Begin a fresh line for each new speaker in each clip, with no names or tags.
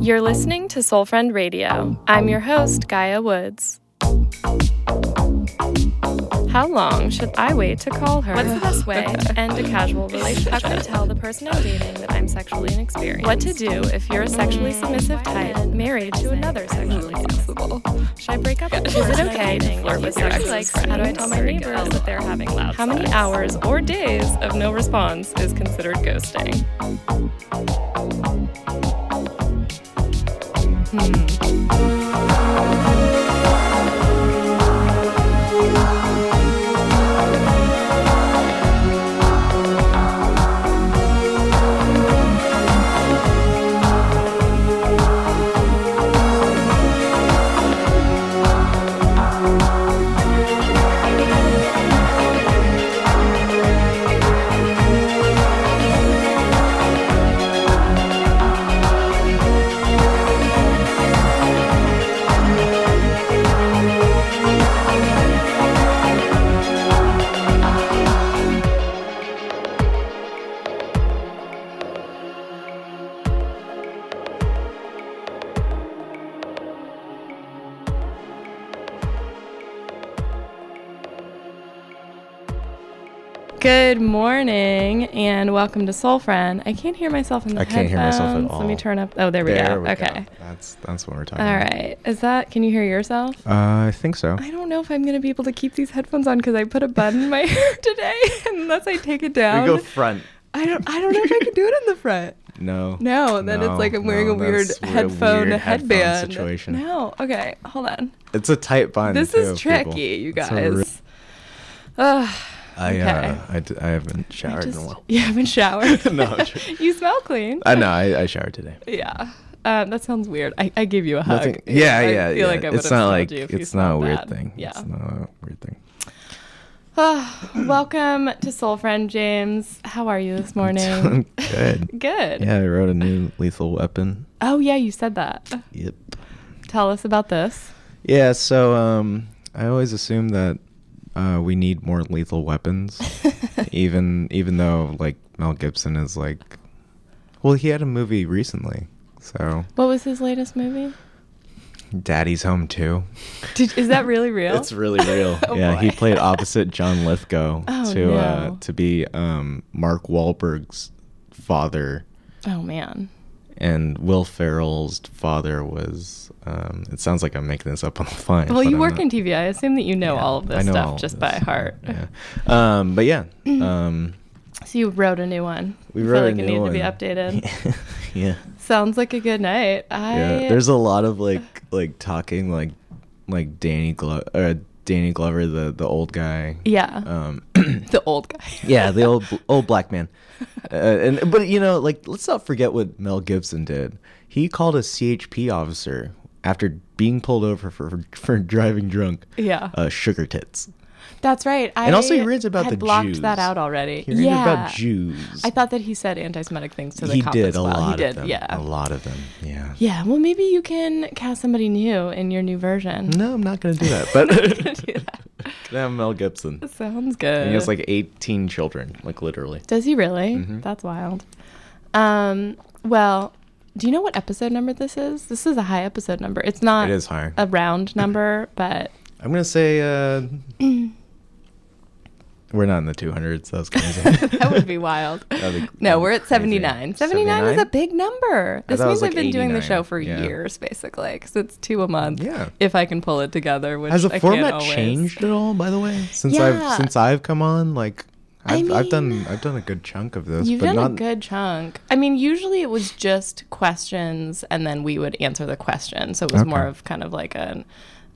You're listening to Soul Friend Radio. I'm your host, Gaia Woods. How long should I wait to call her? What's the best way to end a casual relationship? How can I tell the person I'm dating that I'm sexually inexperienced? What to do if you're a sexually submissive type married to another sexually
possible.
Should I break up? with the
Yeah.
person
Is it
I'm
okay to
dating?
flirt
If
with
he
your
sucks
ex's
likes, How do I
friends?
tell my
There you
neighbors
go.
that they're having loud
How
How
many
many hours or days of no response is considered ghosting? Good morning and welcome to Soul Friend. I can't hear myself in the
I can't hear myself at
headphones. Let me
all.
turn up. Oh, there we go. okay.
That's that's what we're talking
All
about.
right. Is that can you hear yourself?
Uh, I think so.
I don't know if I'm going to be able to keep these headphones on cuz I put a bun in my hair today unless I take it down.
we go front.
I don't I don't know if I can do it in the front.
No.
No, then it's like I'm wearing
no,
a weird
that's weird-
headphone
weird headphone
headband.
situation.
No. Okay. Hold on.
It's a tight bun.
This
too,
is tricky,
people.
you
It's a
guys.
re-
Ugh,
I
okay.
uh, I, d- I haven't
I
showered in a
just-
while.
You haven't showered.
No, I'm joking.
you smell clean.
I know. I, I showered today.
Yeah. Um, that sounds weird. I, I gave you a hug.
Nothing. Yeah,
I
yeah,
feel
yeah.
like I would
it's
have
not
smelled
like
you if you
it's not a
smelled
weird
bad.
thing.
Yeah.
It's not a weird thing.
Ah, welcome to Soul Friend James. How are you this morning?
Good.
Good.
Yeah, I wrote a new lethal weapon.
Oh yeah, you said that.
Yep.
Tell us about this.
Yeah. So um, I always assume that uh, we need more lethal weapons. even even though like Mel Gibson is like, well, he had a movie recently, so
What was his latest movie?
Daddy's Home too.
Did, is that really real?
It's really real.
Oh,
yeah, he
boy.
played opposite John Lithgow
Oh,
to
no.
uh, to be um, Mark Wahlberg's father,
Oh man.
and Will Ferrell's father was. Um, it sounds like I'm making this up on the fly.
Well,
but
you
I'm
work
not-
in TV. I assume that you know
Yeah,
all of
I
this
know
stuff
all of
just
this.
by heart.
Yeah. Um, but yeah. Um,
So you wrote a new one.
we
You
wrote
felt
a
like
new
it needed to
one.
be updated.
yeah.
Sounds like a good night. I
Yeah, there's a lot of like like talking like like Danny Glover uh, Danny Glover the the old guy.
yeah
Um
the old guy.
yeah, the old old black man. Uh, and but you know like let's not forget what Mel Gibson did. He called a CHP officer after being pulled over for for driving drunk.
Yeah.
Uh, sugar tits.
That's right. I
And also he reads about
had
the
blocked
Jews.
that out already.
He read
yeah.
about Jews.
I thought that he said anti-Semitic things to the
he
cop
did
as
a
well.
lot
he did.
of them.
Yeah.
A lot of them. Yeah.
Yeah. Well, maybe you can cast somebody new in your new version.
No, I'm not going to do that. But
Do that.
Yeah, Mel Gibson.
Sounds good.
He has like Mm-hmm. 18 children, like literally.
Does he really? That's wild. Um, well, do you know what episode number this is? This is a high episode number. It's not
It is high.
a round number, but
I'm gonna say uh, we're not in the 200s. That was crazy.
that would be wild.
That'd be
No, we're at
crazy.
79. 79 is a
79?
big number. This
thought it
means
was
I've
like
been doing the
89.
show for
Yeah.
years, basically, because it's two a month.
Yeah.
If I can pull it together, which
Has the
I can't
format
always.
changed at all? By the way, since
Yeah.
I've since I've come on, like I've,
I
I've
mean,
done I've done a good chunk of this,
You've
but
done
not
a good chunk. I mean, usually it was just questions, and then we would answer the question. So it was
Okay.
more of kind of like an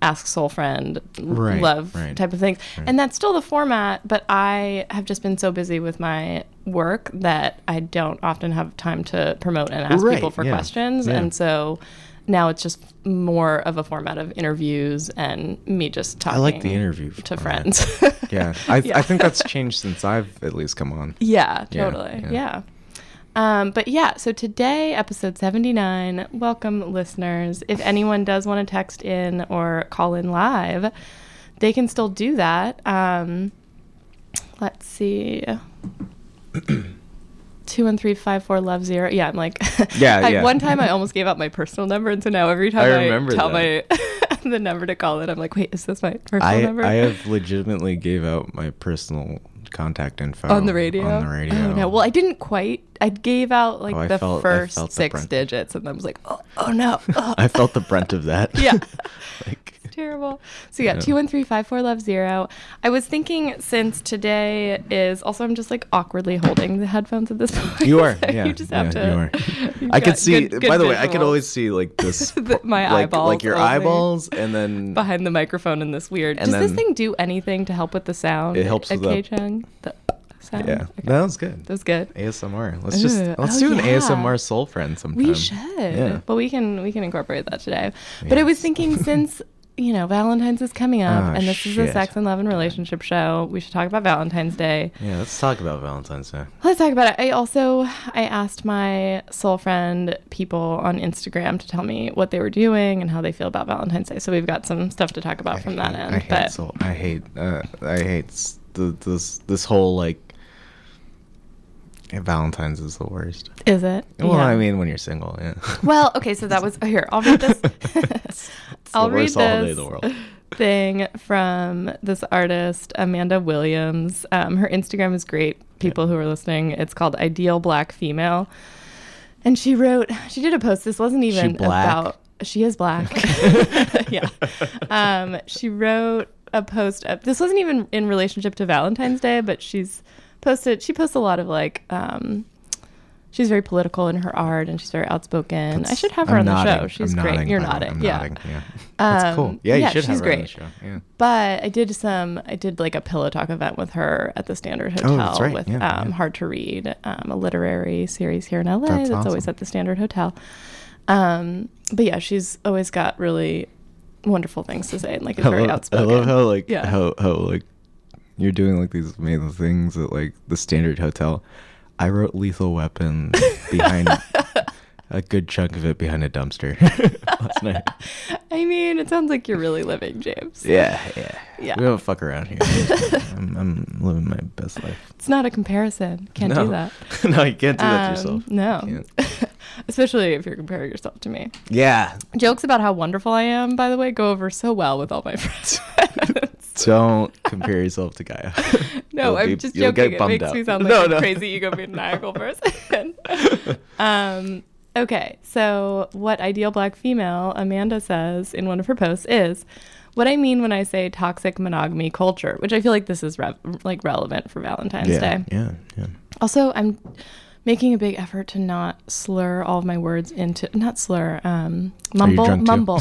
ask soul friend l-
Right,
love
right,
type of things. And that's still the format, but I have just been so busy with my work that I don't often have time to promote and ask
Right,
people for
yeah,
questions.
yeah.
And so now it's just more of a format of interviews and me just talking
I like the interview
to
format.
friends.
Yeah, I I think that's changed since I've at least come on.
Yeah,
Yeah,
totally. Yeah.
yeah.
Um, but yeah, so today, episode 79. Welcome, listeners. If anyone does want to text in or call in live, they can still do that. Um, let's see. two one three five four love zero. Yeah, I'm like
Yeah,
I,
yeah.
One time I almost gave out my personal number, and so now every time
I
I,
remember
tell
that.
my the number to call it, I'm like, wait, is this my personal
I,
number?
I have legitimately gave out my personal contact info
on the radio.
On the radio.
Oh no! Well, I didn't quite. I gave out like
Oh, I
the
felt- I
first
felt the
six
brunt.
digits, and I was like, oh, oh no! Oh.
I felt the brunt of that.
yeah.
like,
terrible. So yeah,
Yeah.
two one three five four love zero. I was thinking since today is also I'm just like awkwardly holding the headphones at this point.
you are.
so
Yeah,
you just
yeah,
have to.
You are.
you've
I could
got
see.
good-
by
good
the way, I could
visuals.
always see like this.
The- my
like,
eyeballs,
like your
only
eyeballs, and then
behind the microphone in this weird.
And
Does this
then-
thing do anything to help with the sound?
It helps
at
with the-
K-Chung? the sound.
Yeah,
Okay.
that was good.
That was good.
ASMR. Let's just
Ugh,
let's
oh,
do an
yeah.
ASMR soul friend sometime.
We should.
Yeah.
But we can we can incorporate that today. But I was
Yes.
thinking since you know Valentine's is coming up
Ah,
and this is a
shit.
sex and love and relationship show, we should talk about Valentine's Day.
Yeah, let's talk about Valentine's Day.
Let's talk about it. I also I asked my soul friend people on Instagram to tell me what they were doing and how they feel about Valentine's Day. So we've got some stuff to talk about
I
from that
hate-
end.
I hate
but
soul. I hate. Uh, I hate s- th- this this whole like. yeah, Valentine's is the worst.
is it?
Well,
Yeah.
I mean, when you're single, yeah.
Well, okay, so that was oh, here. I'll read this.
It's- it's the
I'll read
worst holiday in
this
the world.
thing from this artist Amanda Williams. Um, her Instagram is great. People who are listening, it's called Ideal Black Female, and she wrote. She did a post. This wasn't even
black?
about. She is black. yeah. Um, she wrote a post. Up, this wasn't even in relationship to Valentine's Day, but she's posted. She posts a lot of like. Um, She's very political in her art, and she's very outspoken. I
That's-
should have her
I'm
on
nodding.
the show. She's
I'm
great.
nodding,
You're
by the way.
nodding.
I'm
yeah.
nodding, yeah. That's cool.
Um,
Yeah, you
yeah,
should have
she's
her on the
great.
show. Yeah.
But I did some, I did like a pillow talk event with her at the Standard
Oh,
Hotel
that's right.
with
Yeah,
um,
yeah.
Hard to Read, um, a literary series here in LA that's,
That's
always
awesome.
at the Standard Hotel. Um, but yeah, she's always got really wonderful things to say and like is
I
very
love,
outspoken.
I love how like
Yeah.
how how like you're doing like these amazing things at like the standard hotel. I wrote Lethal Weapon behind a good chunk of it behind a dumpster last night.
I mean, it sounds like you're really living, James.
Yeah, yeah,
Yeah.
We don't fuck around here. I'm, I'm living my best life.
It's not a comparison. Can't
no.
do that.
no, you can't do that to
Um,
yourself. You
No.
can't.
Especially if you're comparing yourself to me.
Yeah.
Jokes about how wonderful I am, by the way, go over so well with all my friends.
Don't compare yourself to Gaia.
No,
You'll
I'm
be-
just
you'll get
joking. It
bummed
makes
out.
me sound like
No,
a
no.
crazy egomaniacal person. um, okay, so what ideal black female Amanda says in one of her posts is what I mean when I say toxic monogamy culture, which I feel like this is rev like relevant for Valentine's
yeah,
Day.
yeah, yeah.
Also, I'm making a big effort to not slur all of my words into not slur um mumble
drunk too?
mumble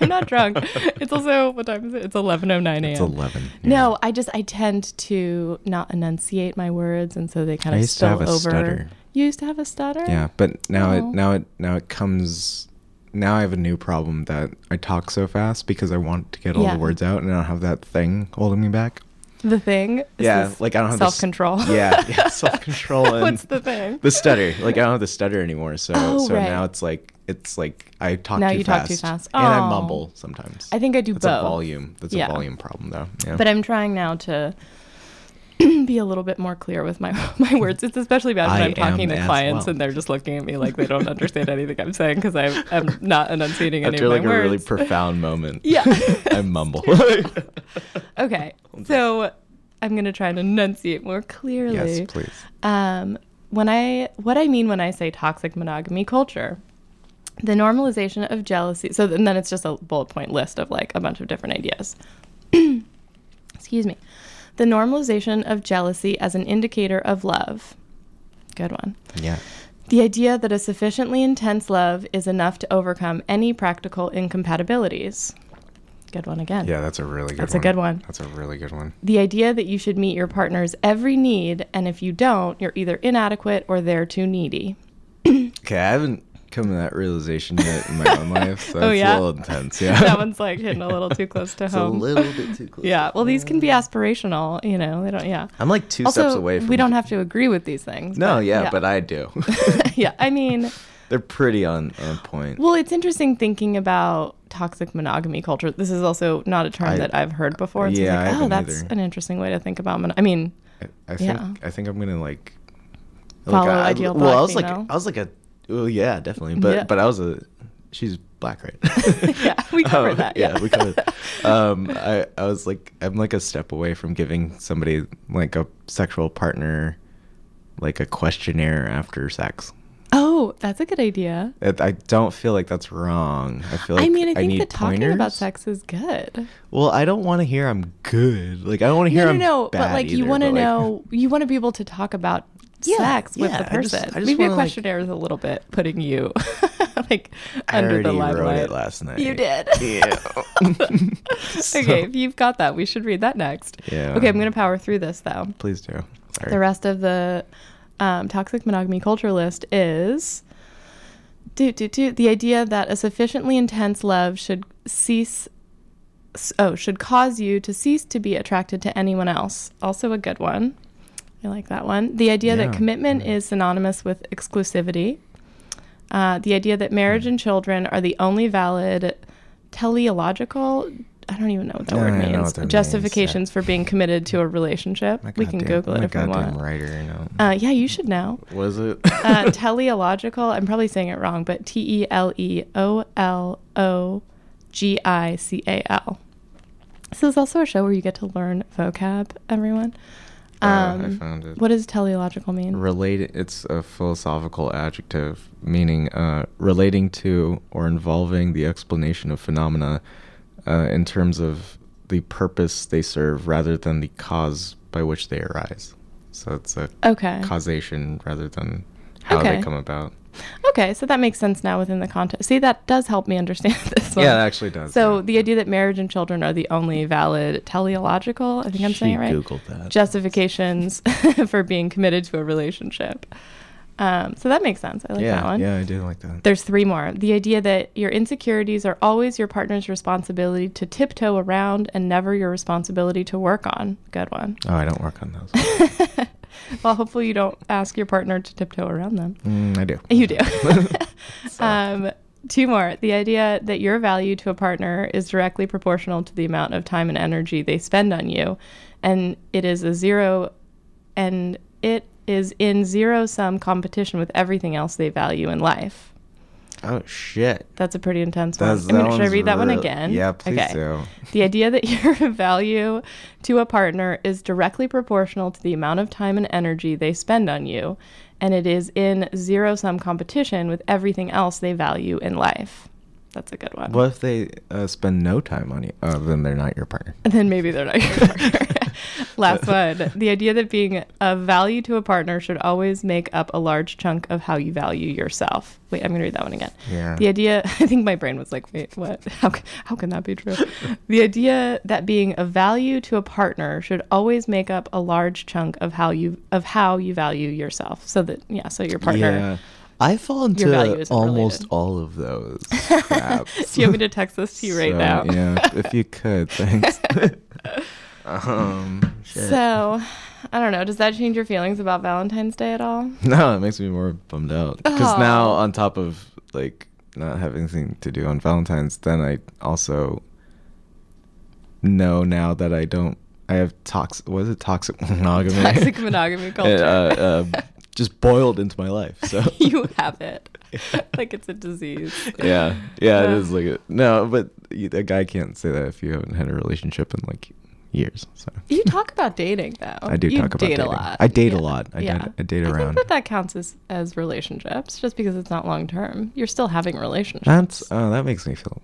i'm not drunk it's also what time is it it's 11.09 a.m
It's eleven. yeah.
no, I just I tend to not enunciate my words, and so they kind
I
of
used to
spill
have a
over.
stutter.
You used to have a stutter.
Yeah, but now
Oh.
it now it now it comes. Now I have a new problem that I talk so fast because I want to get all
Yeah.
the words out, and I don't have that thing holding me back.
The thing. Is
yeah,
this
like I don't have this-
self-control.
yeah, yeah self control. and
What's the thing?
The stutter. Like I don't have the stutter anymore. So
Oh,
so
right.
now it's like it's like I talk
Now
too
you talk
fast.
too fast.
and I
Oh.
mumble sometimes.
I think I do
That's
both.
a volume. That's
Yeah.
a volume problem though. Yeah.
But I'm trying now to be a little bit more clear with my my words. It's especially bad when
I
I'm talking
am
to
as
clients
well.
and they're just looking at me like they don't understand anything I'm saying because I'm, I'm not enunciating any
after
of my
like a really
words.
profound moment,
yeah.
I mumble.
okay. So I'm gonna try and enunciate more clearly.
yes, please.
um, when I what I mean when I say toxic monogamy culture, the normalization of jealousy. So and then it's just a bullet point list of like a bunch of different ideas. Excuse me. The normalization of jealousy as an indicator of love. Good one.
Yeah.
The idea that a sufficiently intense love is enough to overcome any practical incompatibilities. Good one again.
Yeah, that's a really good.
That's a
one.
good one.
That's a really good one.
The idea that you should meet your partner's every need, and if you don't, you're either inadequate or they're too needy.
Okay, I haven't come to that realization yet in my own life, so
Oh,
it's
yeah?
a little intense. Yeah,
that one's like hitting a little too close to
it's a
home.
little bit too close.
yeah. Well, these can be aspirational, you know. They don't. Yeah.
I'm like two
also,
steps away from.
we don't have to agree with these things.
No,
but
yeah, but I do.
yeah. I mean,
They're pretty on on point.
well, it's interesting thinking about toxic monogamy culture. This is also not a term
I-
that I've heard before. and so
Yeah, I
it's like, oh,
haven't
that's
either.
an interesting way to think about. Mon- I mean,
I, I think
yeah.
I think I'm gonna like
Follow
I,
ideal
well,
black
I was
female.
like, I was like a, well, yeah, definitely, but
Yeah.
but I was a, she's black, right?
Yeah, we covered
Um,
that, yeah.
we covered. Um, I I was like, I'm like a step away from giving somebody like a sexual partner, like a questionnaire after sex.
Oh, that's a good idea.
I I don't feel like that's wrong. I feel like
I mean, I think
need
that talking about
pointers.
sex is good.
Well, I don't want to hear I'm good. Like I don't want to hear
no,
I'm
no, no.
bad
but like, you
either,
want to
but, like-
know, you want to be able to talk about
Yeah,
sex with
yeah,
the
I just-
person.
I just
Maybe a
wanna, like-
questionnaire is a little bit putting you like
I
under the
already
limelight.
wrote it last night.
You did.
Yeah. So-
okay, if you've got that, we should read that next.
Yeah.
Okay, I'm gonna power through this though.
Please do. Sorry.
The rest of the um, toxic monogamy culture list is do, do, do, the idea that a sufficiently intense love should cease. s- Oh, should cause you to cease to be attracted to anyone else. Also, a good one. I like that one. The idea
Yeah.
that commitment
Yeah.
is synonymous with exclusivity. Uh, the idea that
Hmm.
marriage and children are the only valid teleological, I don't even know what that
No,
word
I know
means,
what that means, yeah.
justifications for being committed to a relationship.
My
we can
goddamn-
Google it
my
if we
goddamn
want.
Writer, you know.
Uh, yeah, you should know.
Was it?
Uh, teleological, I'm probably saying it wrong, but T E L E O L O G I C A L. So there's also a show where you get to learn vocab, everyone.
Oh, I
Um,
found it.
What does teleological mean?
related it's a philosophical adjective meaning uh, relating to or involving the explanation of phenomena uh, in terms of the purpose they serve rather than the cause by which they arise so it's a
Okay.
causation rather than how
Okay.
they come about
Okay, so that makes sense now within the context. See, that does help me understand this one.
Yeah, it actually does,
So
yeah.
the idea that marriage and children are the only valid teleological, I think I'm
She
saying it right.
Googled that.
Justifications for being committed to a relationship. Um, so that makes sense. I like
yeah
that one.
yeah i do like that
There's three more. The idea that your insecurities are always your partner's responsibility to tiptoe around and never your responsibility to work on. Good one.
oh i don't work on those
Well, hopefully you don't ask your partner to tiptoe around them.
Mm, i do
You do.
So,
um, two more. The idea that your value to a partner is directly proportional to the amount of time and energy they spend on you, and it is a zero, and it is in zero sum competition with everything else they value in life.
oh shit
That's a pretty intense
That's-
one. I mean, should I
one's
read that one
real-
again?
yeah please
Okay.
do
The idea that your value to a partner is directly proportional to the amount of time and energy they spend on you, and it is in zero sum competition with everything else they value in life. That's a good one.
what if they uh, spend no time on you uh, then they're not your partner
Then maybe they're not your partner. Last one. The idea that being of value to a partner should always make up a large chunk of how you value yourself. Wait, I'm going to read that one again.
Yeah.
The idea, I think my brain was like, wait, what? How, ca- how can that be true? the idea that being of value to a partner should always make up a large chunk of how you of how you value yourself. So that yeah, so your partner.
I fall into
value isn't
almost
related.
all of those craps.
Do you want me to text this to you right
So,
now?
yeah, if you could, thanks. um, shit.
So, I don't know. Does that change your feelings about Valentine's Day at all?
no, it makes me more bummed out because now
Oh.
on top of like not having anything to do on Valentine's, then I also know now that I don't. I have toxic. Was it toxic monogamy?
Toxic monogamy culture.
uh, uh, just boiled into my life. So
you have it. like it's a disease.
yeah, yeah, it
Uh,
is like a, no, but you, a guy can't say that if you haven't had a relationship in like years. So
You talk about dating though.
I do
You
talk about
date
dating.
a lot.
I date a lot. I date- I date
I
around.
think that that counts as, as relationships, just because it's not long term. You're still having relationships.
that's oh, that makes me feel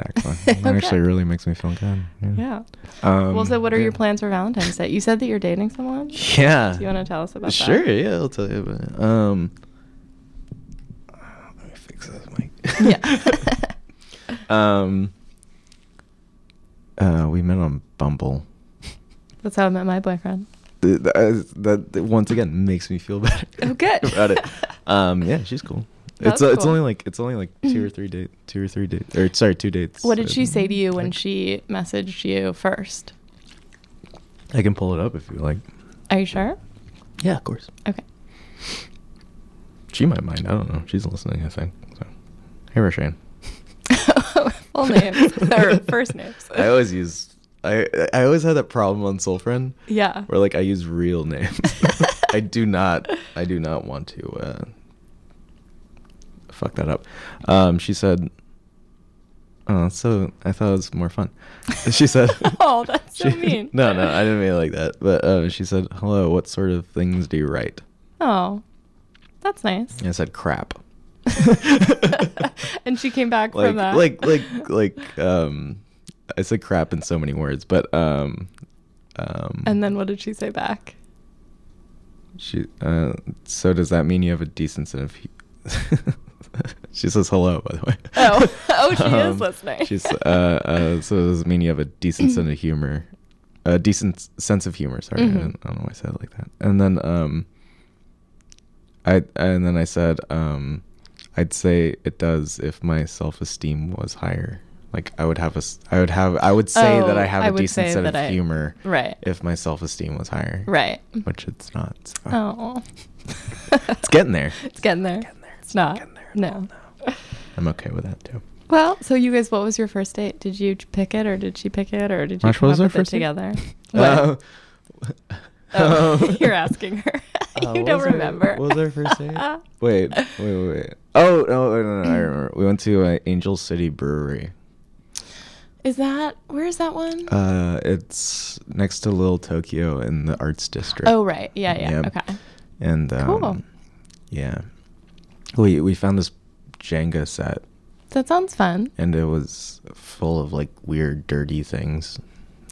Actually, That
Okay.
actually really makes me feel good.
yeah.
Um,
Well, so what are
yeah.
your plans for Valentine's Day? You said that you're dating someone.
Yeah.
Do you want to tell us about
sure,
that?
yeah, I'll tell you about it. Um, let me fix this mic.
Yeah.
um, uh, we met on Bumble.
That's how I met my boyfriend.
Th- th- I- that, that once again makes me feel better.
Oh, good.
about it. Um, yeah, she's cool.
That's
it's uh, it's
cool. Mm.
only like it's only like two or three date two or three dates or sorry two dates.
What did she
Uh,
say to you when
like-
she messaged you first?
I can pull it up if you like.
Are you sure?
Yeah, of course.
Okay.
She might mind. I don't know. She's listening. I think. So, hey, Rashane.
Full names or first names.
I always use. I I always had that problem on Soul Friend
Yeah.
where like I use real names. I do not. I do not want to uh, fuck that up. Um, she said. Oh, so I thought it was more fun. She said.
Oh, that's so
she-
mean.
No, no, I didn't mean it like that. But uh, she said, "Hello, what sort of things do you write?"
Oh, that's nice.
And I said, "Crap."
and she came back
like,
from that.
like, like, like, um, I said crap in so many words, but um, um,
And then what did she say back?
She, uh, so does that mean you have a decent sense of? hu- she says hello, by the way.
Oh. Oh, she is listening.
She's uh, uh, so does it mean you have a decent sense of humor? A decent s- sense of humor. Sorry,
Mhm.
I, don't, I don't know why I said it like that. And then um, I and then I said um, I'd say it does if my self esteem was higher. Like I would have a, s- I would have, I would say that
Oh,
I have
I
a
would
decent
say
sense of
that I-
humor
Right.
if my self esteem was higher.
Right.
Which it's not. so.
Oh.
It's getting there. Oh,
It's getting there. It's not. No.
I'm okay with that too.
Well, so you guys, what was your first date? Did you pick it, or did she pick it, or did you
Ash,
come
what
up
was our
with it
first date?
together? What?
Uh, um,
oh, you're asking her.
uh,
you
what
don't
was our-
remember.
what was our first date? wait, wait, wait, wait. Oh no, no, no, no, I remember. We went to uh, Angel City Brewery.
Is that where is that one?
Uh, it's next to Little Tokyo in the Arts District.
oh, right. Yeah. Yeah.
Yep.
Okay.
and um,
Cool.
yeah, we we found this Jenga set,
That sounds fun.
and it was full of like weird, dirty things.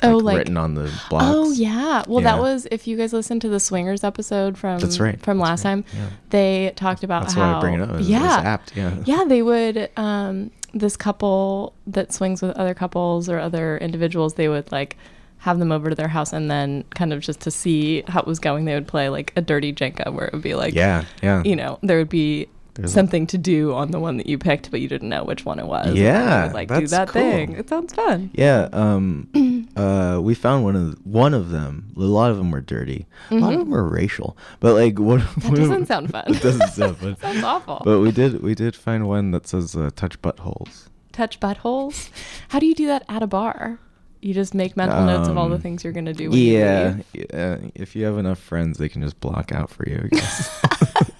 Oh, like-
written on the blocks.
Oh yeah. Well, that
Yeah.
was if you guys listened to the swingers episode from
That's right.
from last
That's right.
time,
Yeah.
they talked about
That's
how
why I bring it up. It was
yeah,
apt, yeah.
yeah, they would. Um, this couple that swings with other couples or other individuals, they would like have them over to their house and then kind of just to see how it was going, they would play like a dirty jenga where it would be like
Yeah, yeah.
you know there would be.
Uh-huh. There's a-
something to do on the one that you picked, but you didn't know which one it was. And
Yeah,
they would, like do
that's
that
cool.
thing. It sounds fun.
Yeah, um, uh, we found one of one of them. A lot of them were dirty. A lot of them were racial. But like, what?
Mm-hmm. That doesn't sound fun.
it doesn't sound fun.
Sounds awful.
But we did we did find one that says uh, touch buttholes.
touch buttholes. How do you do that at a bar? You just make mental notes of all the
Um,
things you're gonna do. When you
Yeah,
leave.
yeah. If you have enough friends, they can just block out for you. I guess.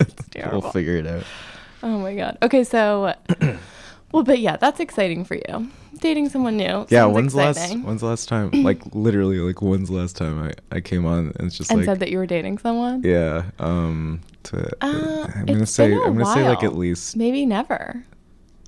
It's
We'll
terrible.
figure it out.
Oh my god. Okay, so, well, but yeah, that's exciting for you. Dating someone new.
Yeah,
sounds
when's
exciting.
last? When's the last time? Like literally, like when's the last time I I came on and it's just
and
like
said that you were dating someone.
yeah. Um, to
Uh,
I'm gonna
it's
say
been a
I'm gonna say like
while.
at least.
Maybe never.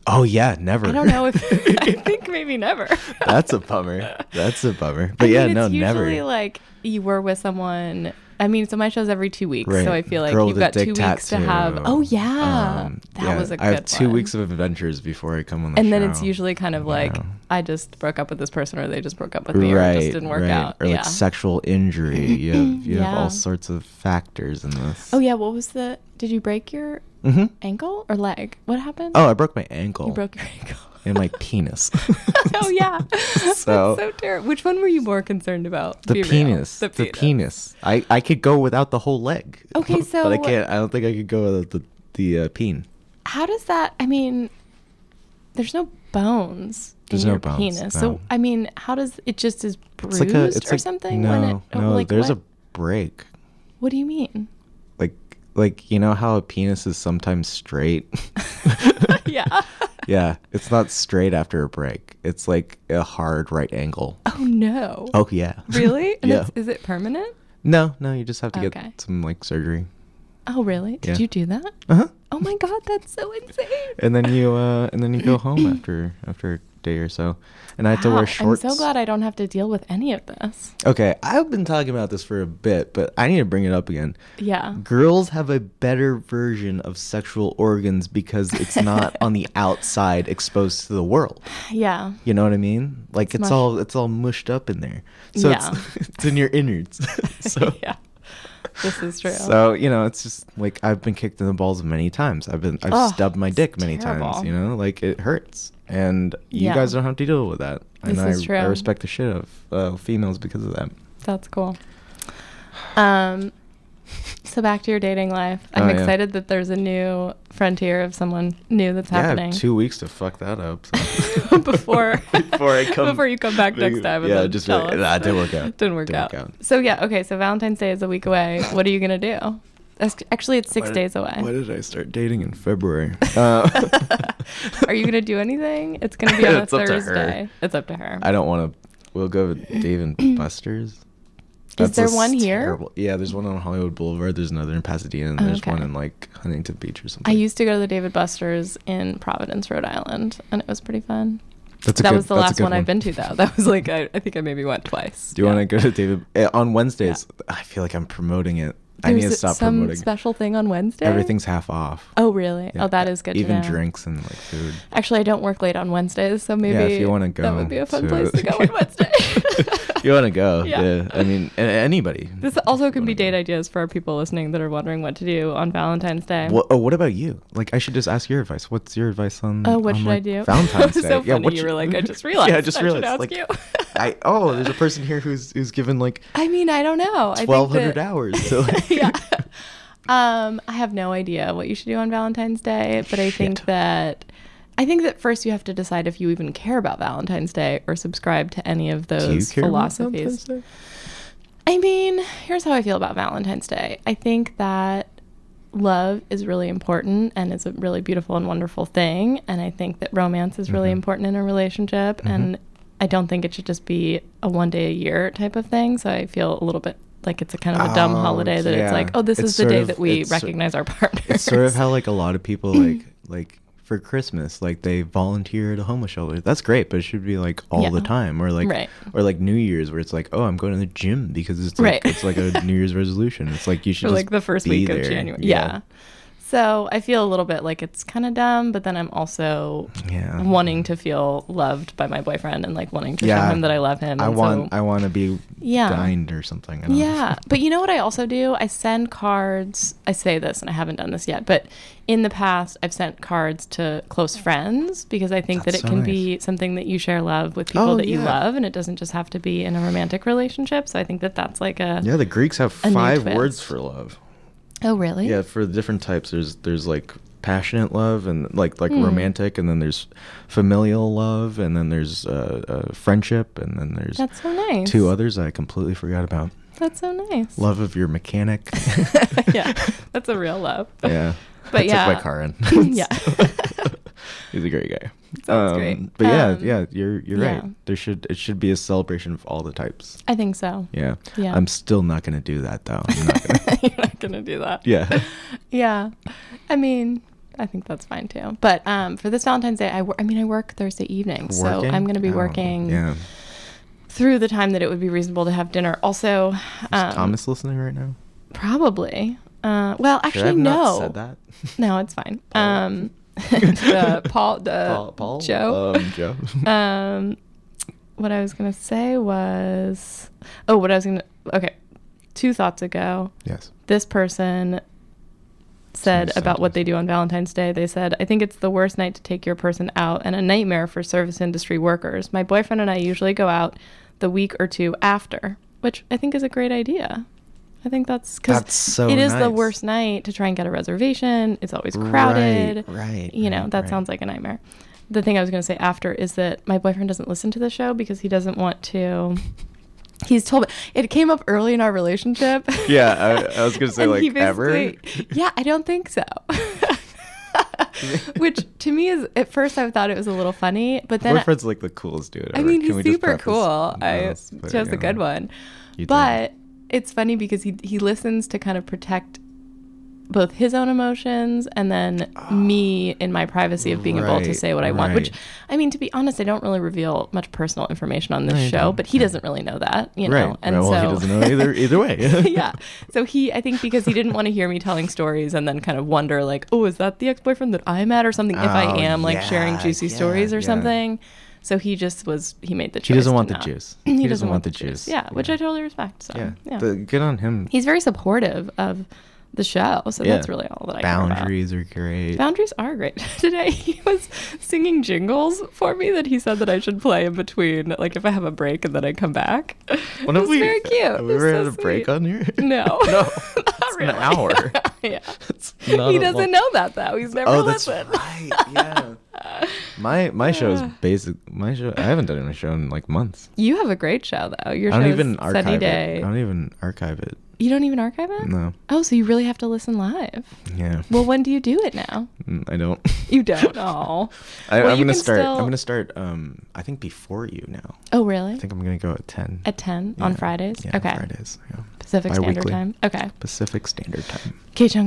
Oh yeah, never.
I don't know if I think maybe never.
That's a bummer. That's a bummer. But
I mean,
yeah, no,
it's usually
never.
like you were with someone. I mean, so my show's every two weeks,
Right.
so I feel like
Girl
you've
with a
got two
dick
weeks to
tattoo.
have. Oh yeah,
Um,
that
yeah,
was a good.
I have two
one.
weeks of adventures before I come on the
and
show.
then it's usually kind of like
Yeah.
I just broke up with this person, or they just broke up with me, or it just didn't work
right.
out.
Or like
yeah.
sexual injury. You have you have
Yeah.
all sorts of factors in this.
oh yeah, what was the? Did you break your
hmm
ankle or leg? What happened?
Oh, I broke my ankle.
you broke your ankle.
and my penis.
oh yeah, that's
So-
so terrible. Which one were you more concerned about?
The
Be real.
penis, the penis. I, I could go without the whole leg.
Okay,
but
so-
I can't. I don't think I could go without the the uh, peen.
How does that? I mean, there's no bones.
There's
in
no
your
bones,
penis.
no.
So I mean, how does it just is bruised or something?
No,
when it, oh,
no.
like,
there's
what,
a break.
What do you mean?
Like like you know how a penis is sometimes straight.
yeah.
yeah, it's not straight after a break. It's like a hard right angle.
Oh no.
Oh yeah.
Really? And
Yeah.
it's- Is it permanent?
No, no. You just have to
Okay.
get some like surgery.
Oh, really? Did
Yeah.
you do that?
Uh huh.
Oh my God, that's so insane.
And then you uh and then you go home after after a day or so, and I had to
Wow,
wear shorts. Oh.
I'm so glad I don't have to deal with any of this.
Okay, I've been talking about this for a bit, but I need to bring it up again.
Yeah.
Girls have a better version of sexual organs because it's not on the outside exposed to the world.
Yeah.
You know what I mean? Like it's,
mush-
all it's all mushed up in there. So it's
Yeah.
it's in your innards. so
yeah. This is true.
So, you know, it's just like I've been kicked in the balls many times. I've been I've
Ugh,
stubbed my
it's
dick many times,
terrible.
you know? Like it hurts. And you
Yeah.
guys don't have to deal with that. And
This
I,
is true.
I respect the shit of uh, females because of that.
That's cool. Um, So back to your dating life. I'm
Oh, yeah.
excited that there's a new frontier of someone new that's
yeah, I have
happening.
two weeks to fuck that up. so.
before
before I come
before you come back next time. and
Yeah,
then
just be
tell
like,
us.
"Nah, it didn't work out.
Didn't work
Didn't
out.
work out."
So yeah, okay. So Valentine's Day is a week away. What are you gonna do? That's- Actually, it's six
Why did-
days away.
Why did I start dating in February? Uh,
are you gonna do anything? It's gonna be on a
It's up to her.
Thursday. It's up to her.
I don't want to. We'll go with Dave and Buster's. Is
there one here?
Yeah, there's one on Hollywood Boulevard. There's another in Pasadena. And
Oh,
there's
okay.
one in like Huntington Beach or
I
something.
used to go to the David Buster's in Providence, Rhode Island, and it was pretty fun.
That's a
that
good-
was the
that's a
last
good
one, I've been to, though. That was like I, I think I maybe went twice.
Do you
Yeah.
want to go to David eh, on Wednesdays? I feel like I'm promoting it. I need
There's
to stop
some
promoting.
special thing on Wednesday.
Everything's half off.
Oh really?
Yeah,
Oh, that is good. to
Even
know.
drinks and like food.
Actually, I don't work late on Wednesdays, so maybe
if you wanna
that
go
would be a fun
to-
place to go on Wednesday.
If you want to go? Yeah. I mean, a- anybody.
this also could
Wanna
be
go.
date ideas for our people listening that are wondering what to do on Valentine's Day.
What, oh, what about you? Like, I should just ask your advice. What's your advice on?
Oh, what
on,
should I
like,
do?
Valentine's Day.
That was so funny.
what
You
should-
were like, "I just realized.
yeah, I just
I should
realized.
ask
like,
you.
I oh, there's a person here who's who's given like
I mean, I don't know. I think
twelve hundred
that-
hours. So like,
yeah. Um, I have no idea what you should do on Valentine's Day, but I think
Shit.
that I think that first you have to decide if you even care about Valentine's Day or subscribe to any of
do you
those
care about
philosophies.
Valentine's Day?
I mean, here's how I feel about Valentine's Day. I think that love is really important and it's a really beautiful and wonderful thing. And I think that romance is really
Mhm.
important in a relationship.
Mm-hmm.
And I don't think it should just be a one day a year type of thing. So I feel a little bit like it's a kind of a dumb
Oh,
holiday that it's
yeah.
like, oh, this
It's
is the
sort
day
of-
that we
it's sor-
recognize our partners.
It's sort of how like a lot of people like like for Christmas, like they volunteer at a homeless shelter. That's great, but it should be like all
Yeah.
the time, or like
Right.
or like New Year's, where it's like, oh, I'm going to the gym because it's like
Right.
it's like a New Year's resolution. It's like you should
for
just
like the first
be
week
there.
of January. Yeah. So I feel a little bit like it's kind of dumb, but then I'm also
Yeah.
wanting to feel loved by my boyfriend and like wanting to
Yeah.
show him that I love him.
I
and
want
so-
I want to be
Yeah.
dined or something. I don't know.
yeah, but you know what I also do? I send cards. I say this, and I haven't done this yet, but in the past, I've sent cards to close friends because I think
That's
that it
so
can
nice.
be something that you share love with people
Oh,
that you
yeah.
love, and it doesn't just have to be in a romantic relationship. So I think that that's like a
yeah. The Greeks have
A new
five words
twist.
for love.
oh really
Yeah, for the different types, there's there's like passionate love and like like
Hmm.
romantic, and then there's familial love, and then there's uh, uh, friendship, and then there's
that's so nice.
two others I completely forgot about.
That's so nice.
Love of your mechanic.
yeah, that's a real love.
yeah.
But
I
yeah.
took my car in.
yeah.
He's a great guy.
Sounds great.
But yeah,
Um,
yeah, you're you're
yeah.
right. There should it should be a celebration of all the types.
I think so.
Yeah.
Yeah.
I'm still not gonna do that though. I'm not gonna.
You're not gonna do that.
yeah.
Yeah. I mean, I think that's fine too. But um, for this Valentine's Day, I, wor- I mean, I work Thursday evening, so
Working?
I'm going to be
Oh,
working
Yeah.
through the time that it would be reasonable to have dinner. Also,
Is
um,
Thomas listening right now?
probably. Uh, well,
Should
actually,
I have
no.
not said that?
No, it's fine.
Paul.
Um, uh, Paul, uh,
Paul, Paul?
Joe,
Um, Joe.
um, what I was gonna say was, oh, what I was gonna. Okay, two thoughts ago,
Yes.
this person said
Somebody
about
sent
what
us.
they do on Valentine's Day. They said, I think it's the worst night to take your person out and a nightmare for service industry workers. My boyfriend and I usually go out the week or two after, which I think is a great idea. I think that's
That's so
it is the
nice.
worst night to try and get a reservation. It's always crowded.
Right, right,
You know,
right,
that
right.
sounds like a nightmare. The thing I was going to say after is that my boyfriend doesn't listen to the show because he doesn't want to. He's told me it came up early in our relationship.
Yeah, I- I was gonna say,
And
like,
he basically-
ever?
Yeah, I don't think so. Which to me is at first I thought it was a little funny, but then
Boyfriend's like the coolest dude.
I
ever.
mean
Can we
he's
just
super
preface
cool. I
this? But,
chose
you
a good
know.
one,
You did.
but it's funny because he he listens to kind of protect both his own emotions and then me in my privacy of being able to
Ah, Right,
say what I want. Which
right.
I mean, to be honest, I don't really reveal much personal information on this
No, you
show,
don't.
but he
Yeah.
doesn't really know that, you
Right.
know. And
Well,
so
he doesn't know either. Either way.
yeah. So he, I think, because he didn't want to hear me telling stories and then kind of wonder, like, oh, is that the ex boyfriend that I'm at or something? If I
Oh,
am like sharing
yeah,
juicy
yeah,
stories or
yeah.
something. So he just was, he made the choice.
He doesn't
to
want the
not.
juice.
he, doesn't, want the juice. Yeah, which
Yeah.
I totally respect. So, yeah.
The- good on him.
He's very supportive of the show. So
Yeah.
that's really all that I care about.
Boundaries are great.
Boundaries are great. Today he was singing jingles for me that he said that I should play in between, like if I have a break and then I come back. it
What if
was
we-
very cute.
Have
It
we
was
ever
so
had a break
sweet.
on here?
No.
no.
Not
It's
really.
an hour.
yeah.
It's not
He
a
doesn't
long-
know that though. He's never
Oh, that's
listened.
right. Yeah. My my show
Uh.
is basic. My show. I haven't done a show in like months.
You have a great show though. Your
I
show
don't
is
even
Sunny
archive
Day.
it. I don't even archive it.
You don't even archive it?
No.
Oh, so you really have to listen live.
Yeah.
Well, when do you do it now?
Mm, I don't.
You don't. Oh.
I,
Well,
I'm
you
gonna
can
start.
still-
I'm gonna start. Um, I think before you now.
Oh, really?
I think I'm gonna go at ten.
At 10 on
Yeah.
Fridays?
Yeah,
okay.
Fridays. Yeah.
Pacific Standard
Bi-weekly.
Time. Okay.
Pacific Standard Time.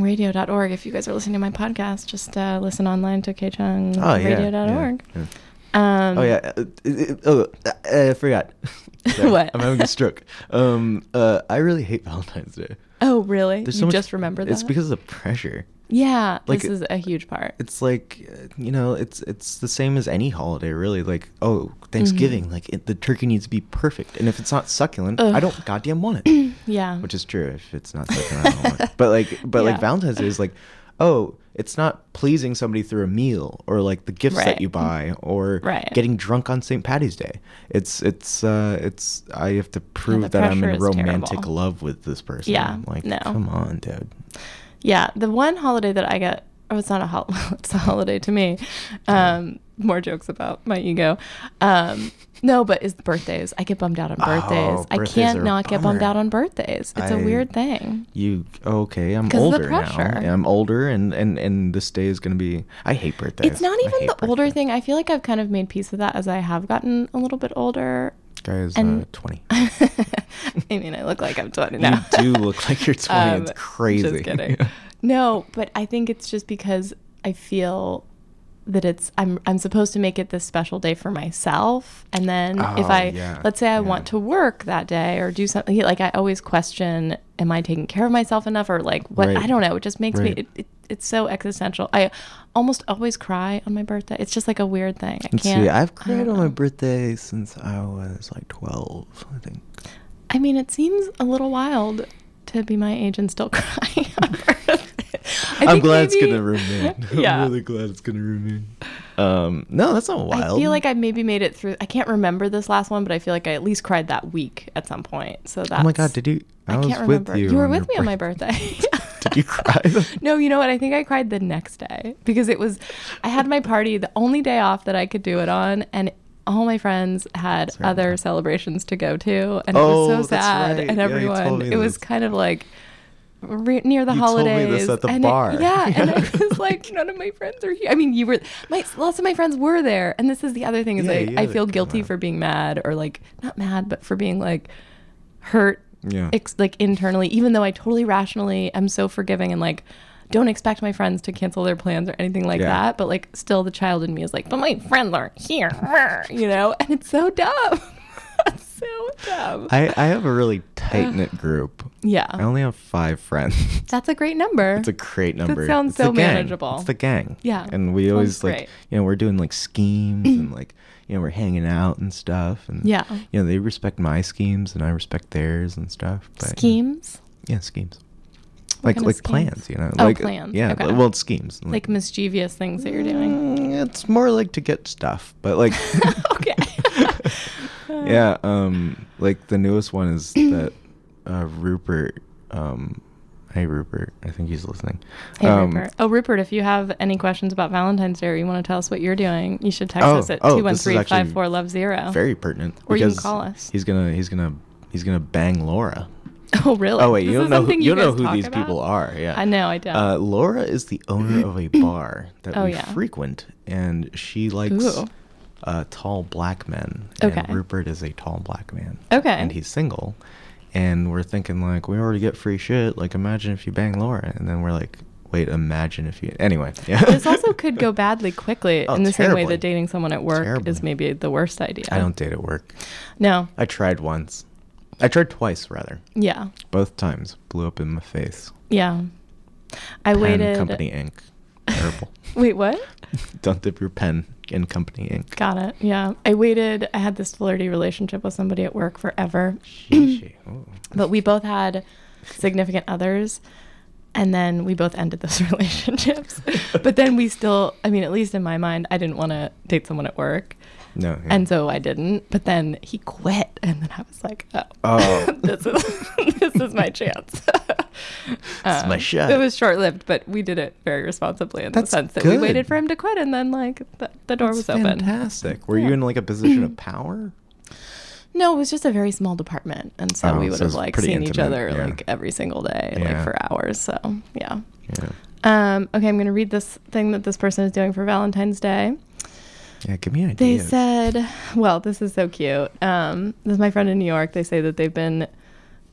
kchungradio.org. If you guys are listening to my podcast, just uh, listen online to
Oh yeah.
kchungradio.org.
yeah, yeah.
Um,
oh yeah. Uh, uh, uh, uh, uh, I forgot. Sorry,
What?
I'm having a stroke. Um. Uh. I really hate Valentine's Day.
Oh, really?
There's
you
so much-
just remember that?
It's because of the pressure.
Yeah,
like,
this is a huge part.
It's like uh, you know, it's it's the same as any holiday, really. Like oh, Thanksgiving, like it, the turkey needs to be perfect, and if it's not succulent, I
Mm-hmm. Ugh.
don't goddamn want it.
yeah.
Which is true if it's not succulent, I don't want it. But like, but
Yeah.
like Valentine's Day is like, oh, it's not pleasing somebody through a meal or like the gifts
Right.
that you buy or
Right.
getting drunk on St. Patty's Day. It's it's uh it's I have to prove that I'm
pressure
in
is
romantic
terrible.
love with this person.
Yeah,
like
no.
come on, dude.
Yeah, the one holiday that I get oh, it's not a hol- it's a holiday to me. Um, more jokes about my ego. Um, no, but is birthdays. I get bummed out on birthdays.
Oh,
I
birthdays
can't
are a
not get bummed
bummer.
out on birthdays. It's a
I-
weird thing.
You okay? I'm
'Cause of the
older
pressure.
now. Yeah, I'm older, and and and this day is gonna be. I hate birthdays.
It's not
I
even
hate
the older
birthdays.
thing. I feel like I've kind of made peace with that as I have gotten a little bit older.
Guy is uh,
and-
twenty.
I mean, I look like I'm 20 now.
You do look like you're 20. It's
Um,
crazy.
Just kidding. no, but I think it's just because I feel that it's I'm I'm supposed to make it this special day for myself, and then if
Oh,
I
yeah,
let's say I
yeah.
want to work that day or do something like I always question, am I taking care of myself enough or like what
Right.
I don't know. It just makes me
Right.
it, it, it's so existential. I almost always cry on my birthday. It's just like a weird thing. I
Let's
can't. Um,
see. I've
I don't
cried on my
know.
birthday since I was like 12. I think.
I mean, it seems a little wild to be my age and still cry. on birthday. I
I'm
think
glad it's
maybe-
gonna remain.
Yeah.
I'm really glad it's gonna remain. Um, no, that's not wild.
I feel like I maybe made it through. I can't remember this last one, but I feel like I at least cried that week at some point. So that's.
Oh my god, did you? I,
I,
was
can't
with
remember.
you.
were
on your
with me on my
birth-
birthday.
Did you cry then?
no, you know what? I think I cried the next day because it was. I had my party the only day off that I could do it on, and all my friends had
Sorry about
other
that.
celebrations to go to, and it was
Oh,
so
that's
sad.
right.
And
Yeah, you told
everyone,
me
it was
this.
kind of like. Re- near the
You told me
holidays
this at the
and it-
bar.
yeah and it was like none of my friends are here i mean you were my lots of my friends were there and this is the other thing is
Yeah,
I,
you
I
had to
feel
come
guilty
out.
for being mad or like not mad but for being like hurt
Yeah.
ex- like internally even though i totally rationally am so forgiving and like don't expect my friends to cancel their plans or anything like
Yeah.
that but like still the child in me is like but my friends aren't here you know and it's so dumb It's so dumb
I, I have a really
Uh.
tight knit group. I
yeah
only have five friends.
Oh. that's a great number
It's a great number.
sounds
It's the
so
gang.
manageable.
It's the gang.
Yeah,
And we always like
great.
you know, we're doing like schemes and like you know, we're hanging out and stuff and
Yeah.
you know, they respect my schemes and I respect theirs and stuff. But you know,
schemes
yeah, schemes. like
kind of
like
schemes?
plans, you know.
Oh,
like,
plans.
Yeah,
Okay.
like- well it's schemes.
like mischievous things that you're doing
Mm, it's more like to get stuff, but like
okay
yeah um like the newest one is that uh rupert um hey rupert i think he's listening
Hey,
um
Rupert. Oh, Rupert, if you have any questions about Valentine's Day or you want to tell us what you're doing, you should text
Oh,
us at
oh,
two one
this is
three
actually
five four love zero.
very pertinent
Or you can
because
call us.
he's gonna he's gonna he's gonna bang laura
Oh, really?
oh wait
This
you
is
don't know who,
something
you don't know
guys
who
talk
these
about?
people are yeah
I know, I don't.
uh, Laura is the owner of a bar that
Oh,
we
yeah.
frequent, and she likes
Ooh.
uh, tall black men.
Okay.
And Rupert is a tall black man.
Okay.
And he's single, and we're thinking like we already get free shit. Like imagine if you bang Laura, and then we're like, wait, imagine if you. Anyway, yeah.
this also could go badly quickly
Oh,
in the same way
terribly.
that dating someone at work
Terribly.
is maybe the worst idea.
I don't date at work.
No.
I tried once. I tried twice rather.
Yeah.
Both times blew up in my face.
Yeah. I
Pen
waited.
Company Inc. Terrible.
Wait, what?
Don't dip your pen in Company Inc.
Got it. Yeah. I waited. I had this flirty relationship with somebody at work forever.
Sheesh. Oh.
but we both had significant others and then we both ended those relationships. but then we still, I mean, at least in my mind, I didn't want to date someone at work.
No. yeah.
And so I didn't. But then he quit. And then I was like, oh,
Oh.
this, is, this is my chance.
It's my
Um,
shot.
It was short lived, but we did it very responsibly in
That's
the sense that we
good.
waited for him to quit and then, like, the, the door was open.
Fantastic. Were you in like a position of power?
No, it was just a very small department, and so
Oh,
we
so
would
it
have
was
like
pretty
seen each
intimate,
other
yeah.
like every single day, like
Yeah.
for hours. So yeah.
Yeah.
Um, okay, I'm gonna read this thing that this person is doing for Valentine's Day.
Yeah. Give me an idea.
They said, well, this is so cute. Um, this is my friend in New York. They say that they've been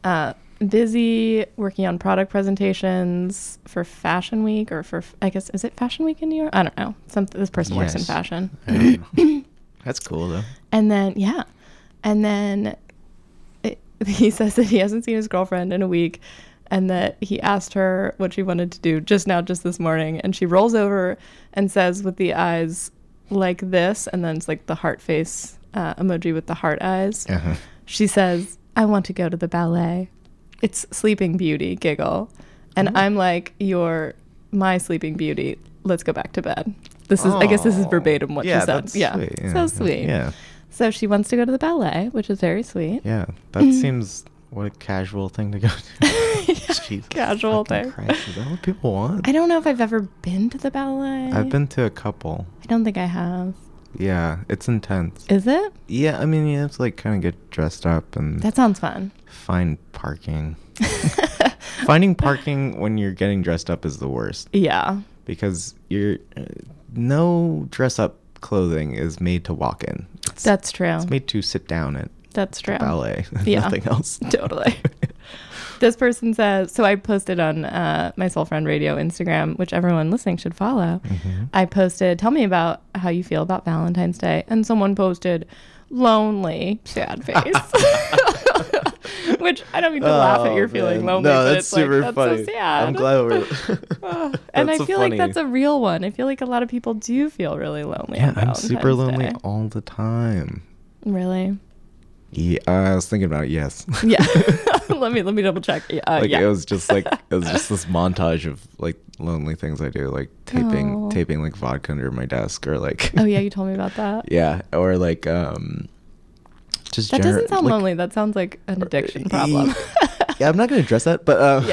uh, busy working on product presentations for Fashion Week or for, I guess, is it Fashion Week in New York? I don't know. Some, this person works in
Yes.
fashion.
Um, That's cool though.
And then, yeah. And then it, he says that he hasn't seen his girlfriend in a week and that he asked her what she wanted to do just now, just this morning. And she rolls over and says with the eyes like this, and then it's like the heart face uh, emoji with the heart eyes.
Uh-huh.
She says, I want to go to the ballet. It's Sleeping Beauty, giggle.
Mm-hmm.
And I'm like, You're my Sleeping Beauty. Let's go back to bed. This is, I guess this is
Aw.
verbatim what
Yeah,
she said.
that's
Yeah.
sweet. Yeah,
So
that's-
sweet.
yeah.
So she wants to go to the ballet, which is very sweet.
Yeah. That seems what a casual thing to go to. Jesus
Casual
fucking
thing.
Christ, is that what people want?
I don't know if I've ever been to the ballet.
I've been to a couple.
I don't think I have.
Yeah, it's intense.
Is it?
yeah, I mean, you have to like kind of get dressed up and
That sounds fun.
find parking. Finding parking when you're getting dressed up is the worst
Yeah.
because you're uh, no dress up clothing is made to walk in. It's,
That's true.
it's made to sit down at
That's true.
the ballet.
Yeah.
Nothing else.
Totally. This person says, so I posted on uh, my Soul Friend Radio Instagram, which everyone listening should follow.
Mhm.
I posted, tell me about how you feel about Valentine's Day. And someone posted, lonely, sad face. which I don't mean to laugh at
Oh,
your feeling
man.
lonely.
No,
but
that's
it's
super
like,
funny.
That's so sad.
I'm glad we're.
Uh, and I
That's a
feel like
funny-
that's a real one. I feel like a lot of people do feel really lonely.
Yeah,
on
I'm super
Valentine's
lonely
Day.
all the time.
Really?
Yeah, uh, I was thinking about it, yes.
Yeah. let me let me double check. Yeah, Uh,
like
yeah.
it was just like it was just this montage of like lonely things I do, like taping
Aw.
taping like vodka under my desk or like
Oh yeah, you told me about that.
yeah, or like um just
That
gener-
doesn't sound
like-
lonely. That sounds like an addiction
y-
problem.
uh, yeah, I'm not gonna address that, but um,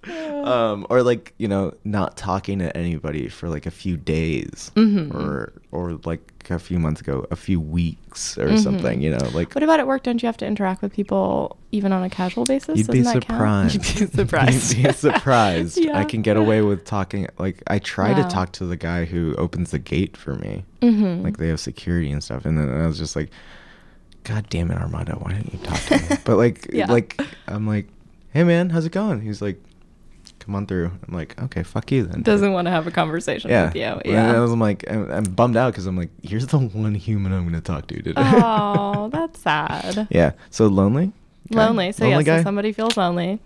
um, or like you know, not talking to anybody for like a few days,
Mm-hmm.
or or like a few months ago, a few weeks or something. You know, like
Mm-hmm. What about at work? Don't you have to interact with people even on a casual basis?
You'd be
Doesn't that count?
surprised.
You'd be surprised.
You'd be surprised.
Yeah.
I can get away with talking. Like I try
Wow.
to talk to the guy who opens the gate for me.
Mhm.
Like they have security and stuff. And then I was just like, God damn it, Armando, why didn't you talk to me? but like,
Yeah.
like I'm like, hey man, how's it going? He's like, come on through. I'm like, okay, fuck you then.
Doesn't want to have a conversation
yeah.
with you.
And I
Yeah.
was like, I'm, I'm bummed out because I'm like, here's the one human I'm gonna talk to today.
Oh, that's sad.
yeah. So lonely. Guy?
Lonely. So
lonely
yeah,
guy?
so somebody feels lonely.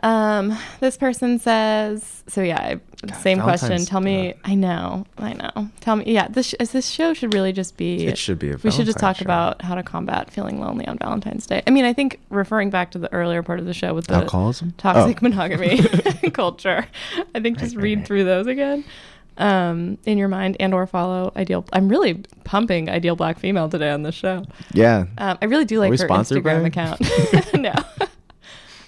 Um, this person says, so yeah, I- same question.
Valentine's-
Tell me,
yeah.
I know, I know. Tell me, yeah, this sh- is- this show should really just be.
It should be a
We should just
Valentine's
talk
show.
about how to combat feeling lonely on Valentine's Day. I mean, I think referring back to the earlier part of the show with the
Alcoholism?
toxic
Oh.
monogamy culture, I think just
Right, right,
read
right.
through those again um in your mind and or follow ideal i'm really pumping ideal black female today on this show
Yeah.
um, I really do
Are
like
we
her
sponsored by
Instagram
her?
account.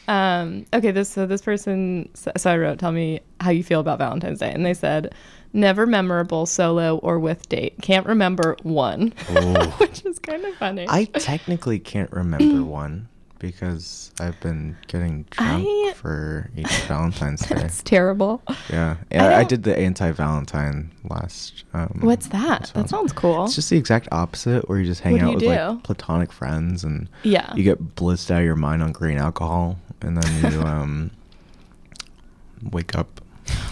no. um, okay, this so this person so, so I wrote, tell me how you feel about Valentine's Day, and they said never memorable solo or with date. Can't remember one, which is kind of funny.
I technically can't remember one because I've been getting drunk
I-
for each Valentine's Day.
That's terrible.
Yeah, and I,
don't-
did the anti-Valentine last. Um,
What's that? That
last month.
sounds cool.
It's just the exact opposite, where you just hang
What do
out
you
with
do?
like platonic friends, and
Yeah.
you get blitzed out of your mind on green alcohol, and then you um, wake up.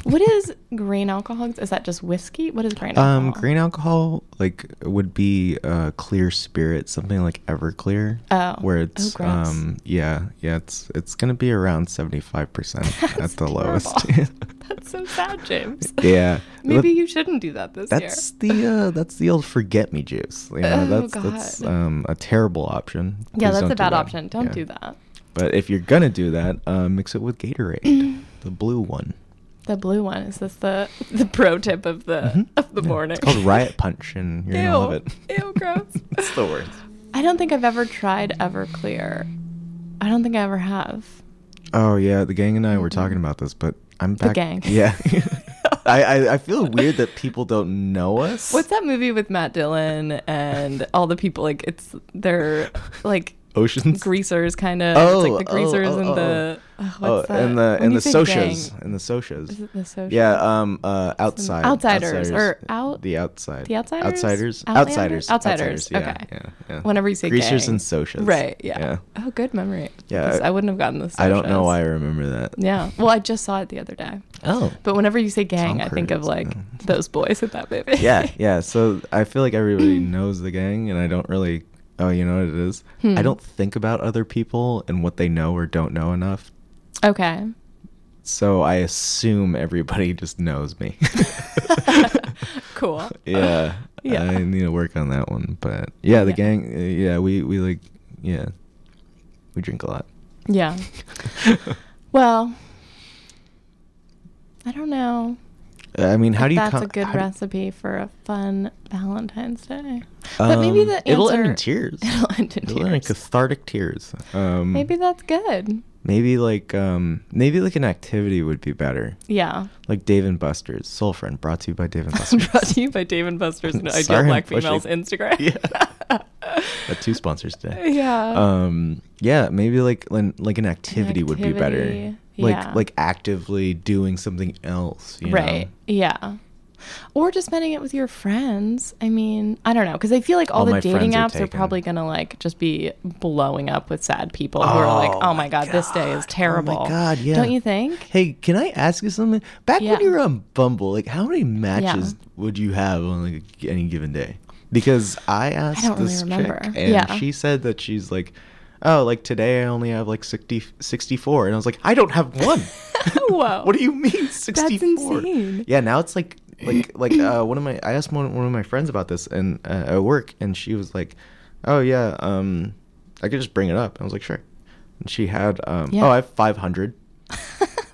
what is grain alcohol? Is that just whiskey? What is grain alcohol?
Um, green alcohol like would be uh, clear spirit, something like Everclear.
Oh.
where
Oh,
it's
gross.
um yeah yeah it's it's gonna be around seventy five percent at
That's
the lowest.
terrible. That's so sad, James.
yeah,
Maybe
But
you shouldn't do that this year.
that's the uh, that's the old forget me juice. You know,
Oh,
that's that's
God.
um a terrible option.
Yeah,
Please
that's
don't
a
do
bad
that.
option. Don't
Yeah.
do that.
But if you're gonna do that, uh, mix it with
Mm.
Gatorade, the blue one.
The blue one is this the the pro tip of the
Mhm.
of the
Yeah,
morning?
It's called Riot Punch, and you're gonna love it.
Ew, ew, gross.
it's the worst.
I don't think I've ever tried Everclear. I don't think I ever have.
Oh yeah, the gang and I were talking about this, but
Mm-hmm.
I'm
The
back.
gang.
Yeah. I, I I feel weird that people don't know us.
What's that movie with Matt Dillon and all the people? Like it's they're like
Oceans.
greasers, kind of. it's like the
Oh, oh,
greasers
oh,
and
oh,
the oh, what's
oh,
that?
and the
When
and
you
the
say
socias
gang,
and the socias.
is it the social?
Yeah, um, uh, outside
Outsiders, or out-
the outside
the outsiders?
outsiders
Outlanders?
outsiders
Outsiders,
yeah,
okay.
yeah, yeah.
Whenever you say
greasers
gang.
and socias
Right. Yeah. Oh, good memory.
Yeah,
Because
I-
I wouldn't have gotten this.
I don't know why I remember that.
Yeah. Well, I just saw it the other day.
Oh.
But whenever you say gang,
Tom
I think of
Cruise,
like
yeah.
those boys in that movie.
yeah, yeah. So I feel like everybody knows the gang, and I don't really. Oh, you know what it is?
Hmm.
I don't think about other people and what they know or don't know enough.
Okay.
So I assume everybody just knows me.
Cool.
yeah.
Yeah.
I need to work on that one, but yeah, the
Yeah.
gang. uh, Yeah, we we like yeah, we drink a lot.
Yeah. Well, I don't know.
I mean, how
if
do you?
That's
con-
a good
how do-
recipe for a fun Valentine's Day. but maybe
Um,
the answer
it'll end in tears.
It'll end in
It'll end in
tears.
cathartic tears. Um,
Maybe that's good.
maybe like um maybe like an activity would be better.
Yeah.
Like Dave and Buster's Soul Friend, brought to you by Dave and Buster's.
Brought to you by Dave and Buster's and Ideal
Sorry, I'm
Black Females
pushing.
Instagram.
Yeah. Got two sponsors today.
Yeah.
Um, yeah, maybe like an- like an activity, would be better.
activity, yeah.
Like like actively doing something else. You
right.
Know?
Yeah. Or just spending it with your friends. I mean, I don't know because I feel like all,
All
the
my
dating
friends are
apps are
taken.
probably gonna like just be blowing up with sad people who are like, "Oh my god, this day is terrible."
Oh my god, yeah.
Don't you think?
Hey, can I ask you something? Back
Yeah.
when you were on Bumble, like how many matches would you have on like any given day? Because I asked
really
this
remember.
chick and
Yeah.
she said that she's like, oh, like today I only have like 60, 64. And I was like, I don't have one.
Whoa.
what do you mean 64?
insane.
Yeah, now it's like like like uh one of my I asked one one of my friends about this and uh, at work and she was like, "Oh yeah, um I could just bring it up." I was like, "Sure." And she had um
Yeah.
oh, I have 500.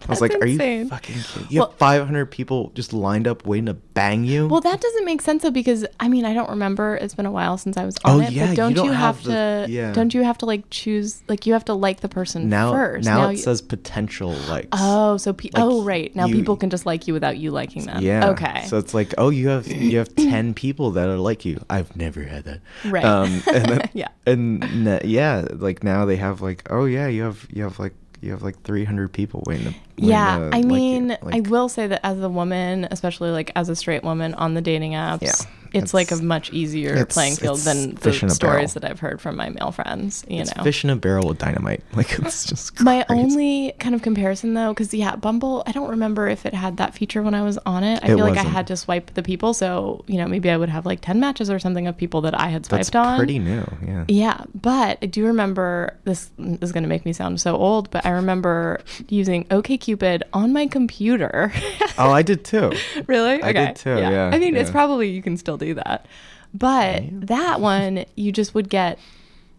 I was
That's
like, "Are
insane.
you fucking kidding? You
Well-
have 500 people just lined up waiting to bang you?"
Well, that doesn't make sense though because I mean I don't remember. It's been a while since I was
Oh,
on it.
yeah,
but
you
don't you,
don't
have,
have the-
to?
yeah.
Don't you have to like choose? Like you have to like the person
now
first.
now, it
you-
says potential likes.
Oh, so pe-
like,
oh right now
you-
people can just like you without you liking them.
Yeah.
Okay.
So it's like, oh, you have you have ten people that are like you. I've never had that. Um,
Right.
and then-
Yeah.
And n- yeah, like now they have like, oh yeah, you have you have like you have like three hundred people waiting. To, waiting
Yeah,
to
I
like you.
mean, I
Like,
will say that as a woman, especially like as a straight woman on the dating apps,
Yeah,
it's like a
it's-
much easier
it's-
playing field
it's
than the
fish in a
stories
barrel.
that I've heard from my male friends. You
it's
know,
fish in a barrel with dynamite. Like it's just
my
crazy.
only kind of comparison though, because yeah, Bumble, I don't remember if it had that feature when I was on it. I
It
feel like I
wasn't.
had to swipe the people, so you know maybe I would have like ten matches or something of people that I had swiped
That's
on.
pretty new. Yeah.
Yeah, but I do remember this is going to make me sound so old, but I remember using OKCupid on my computer.
Oh, I did too.
really?
I did too, yeah,
I mean, it's
yeah.
probably you can still do that. But that one you just would get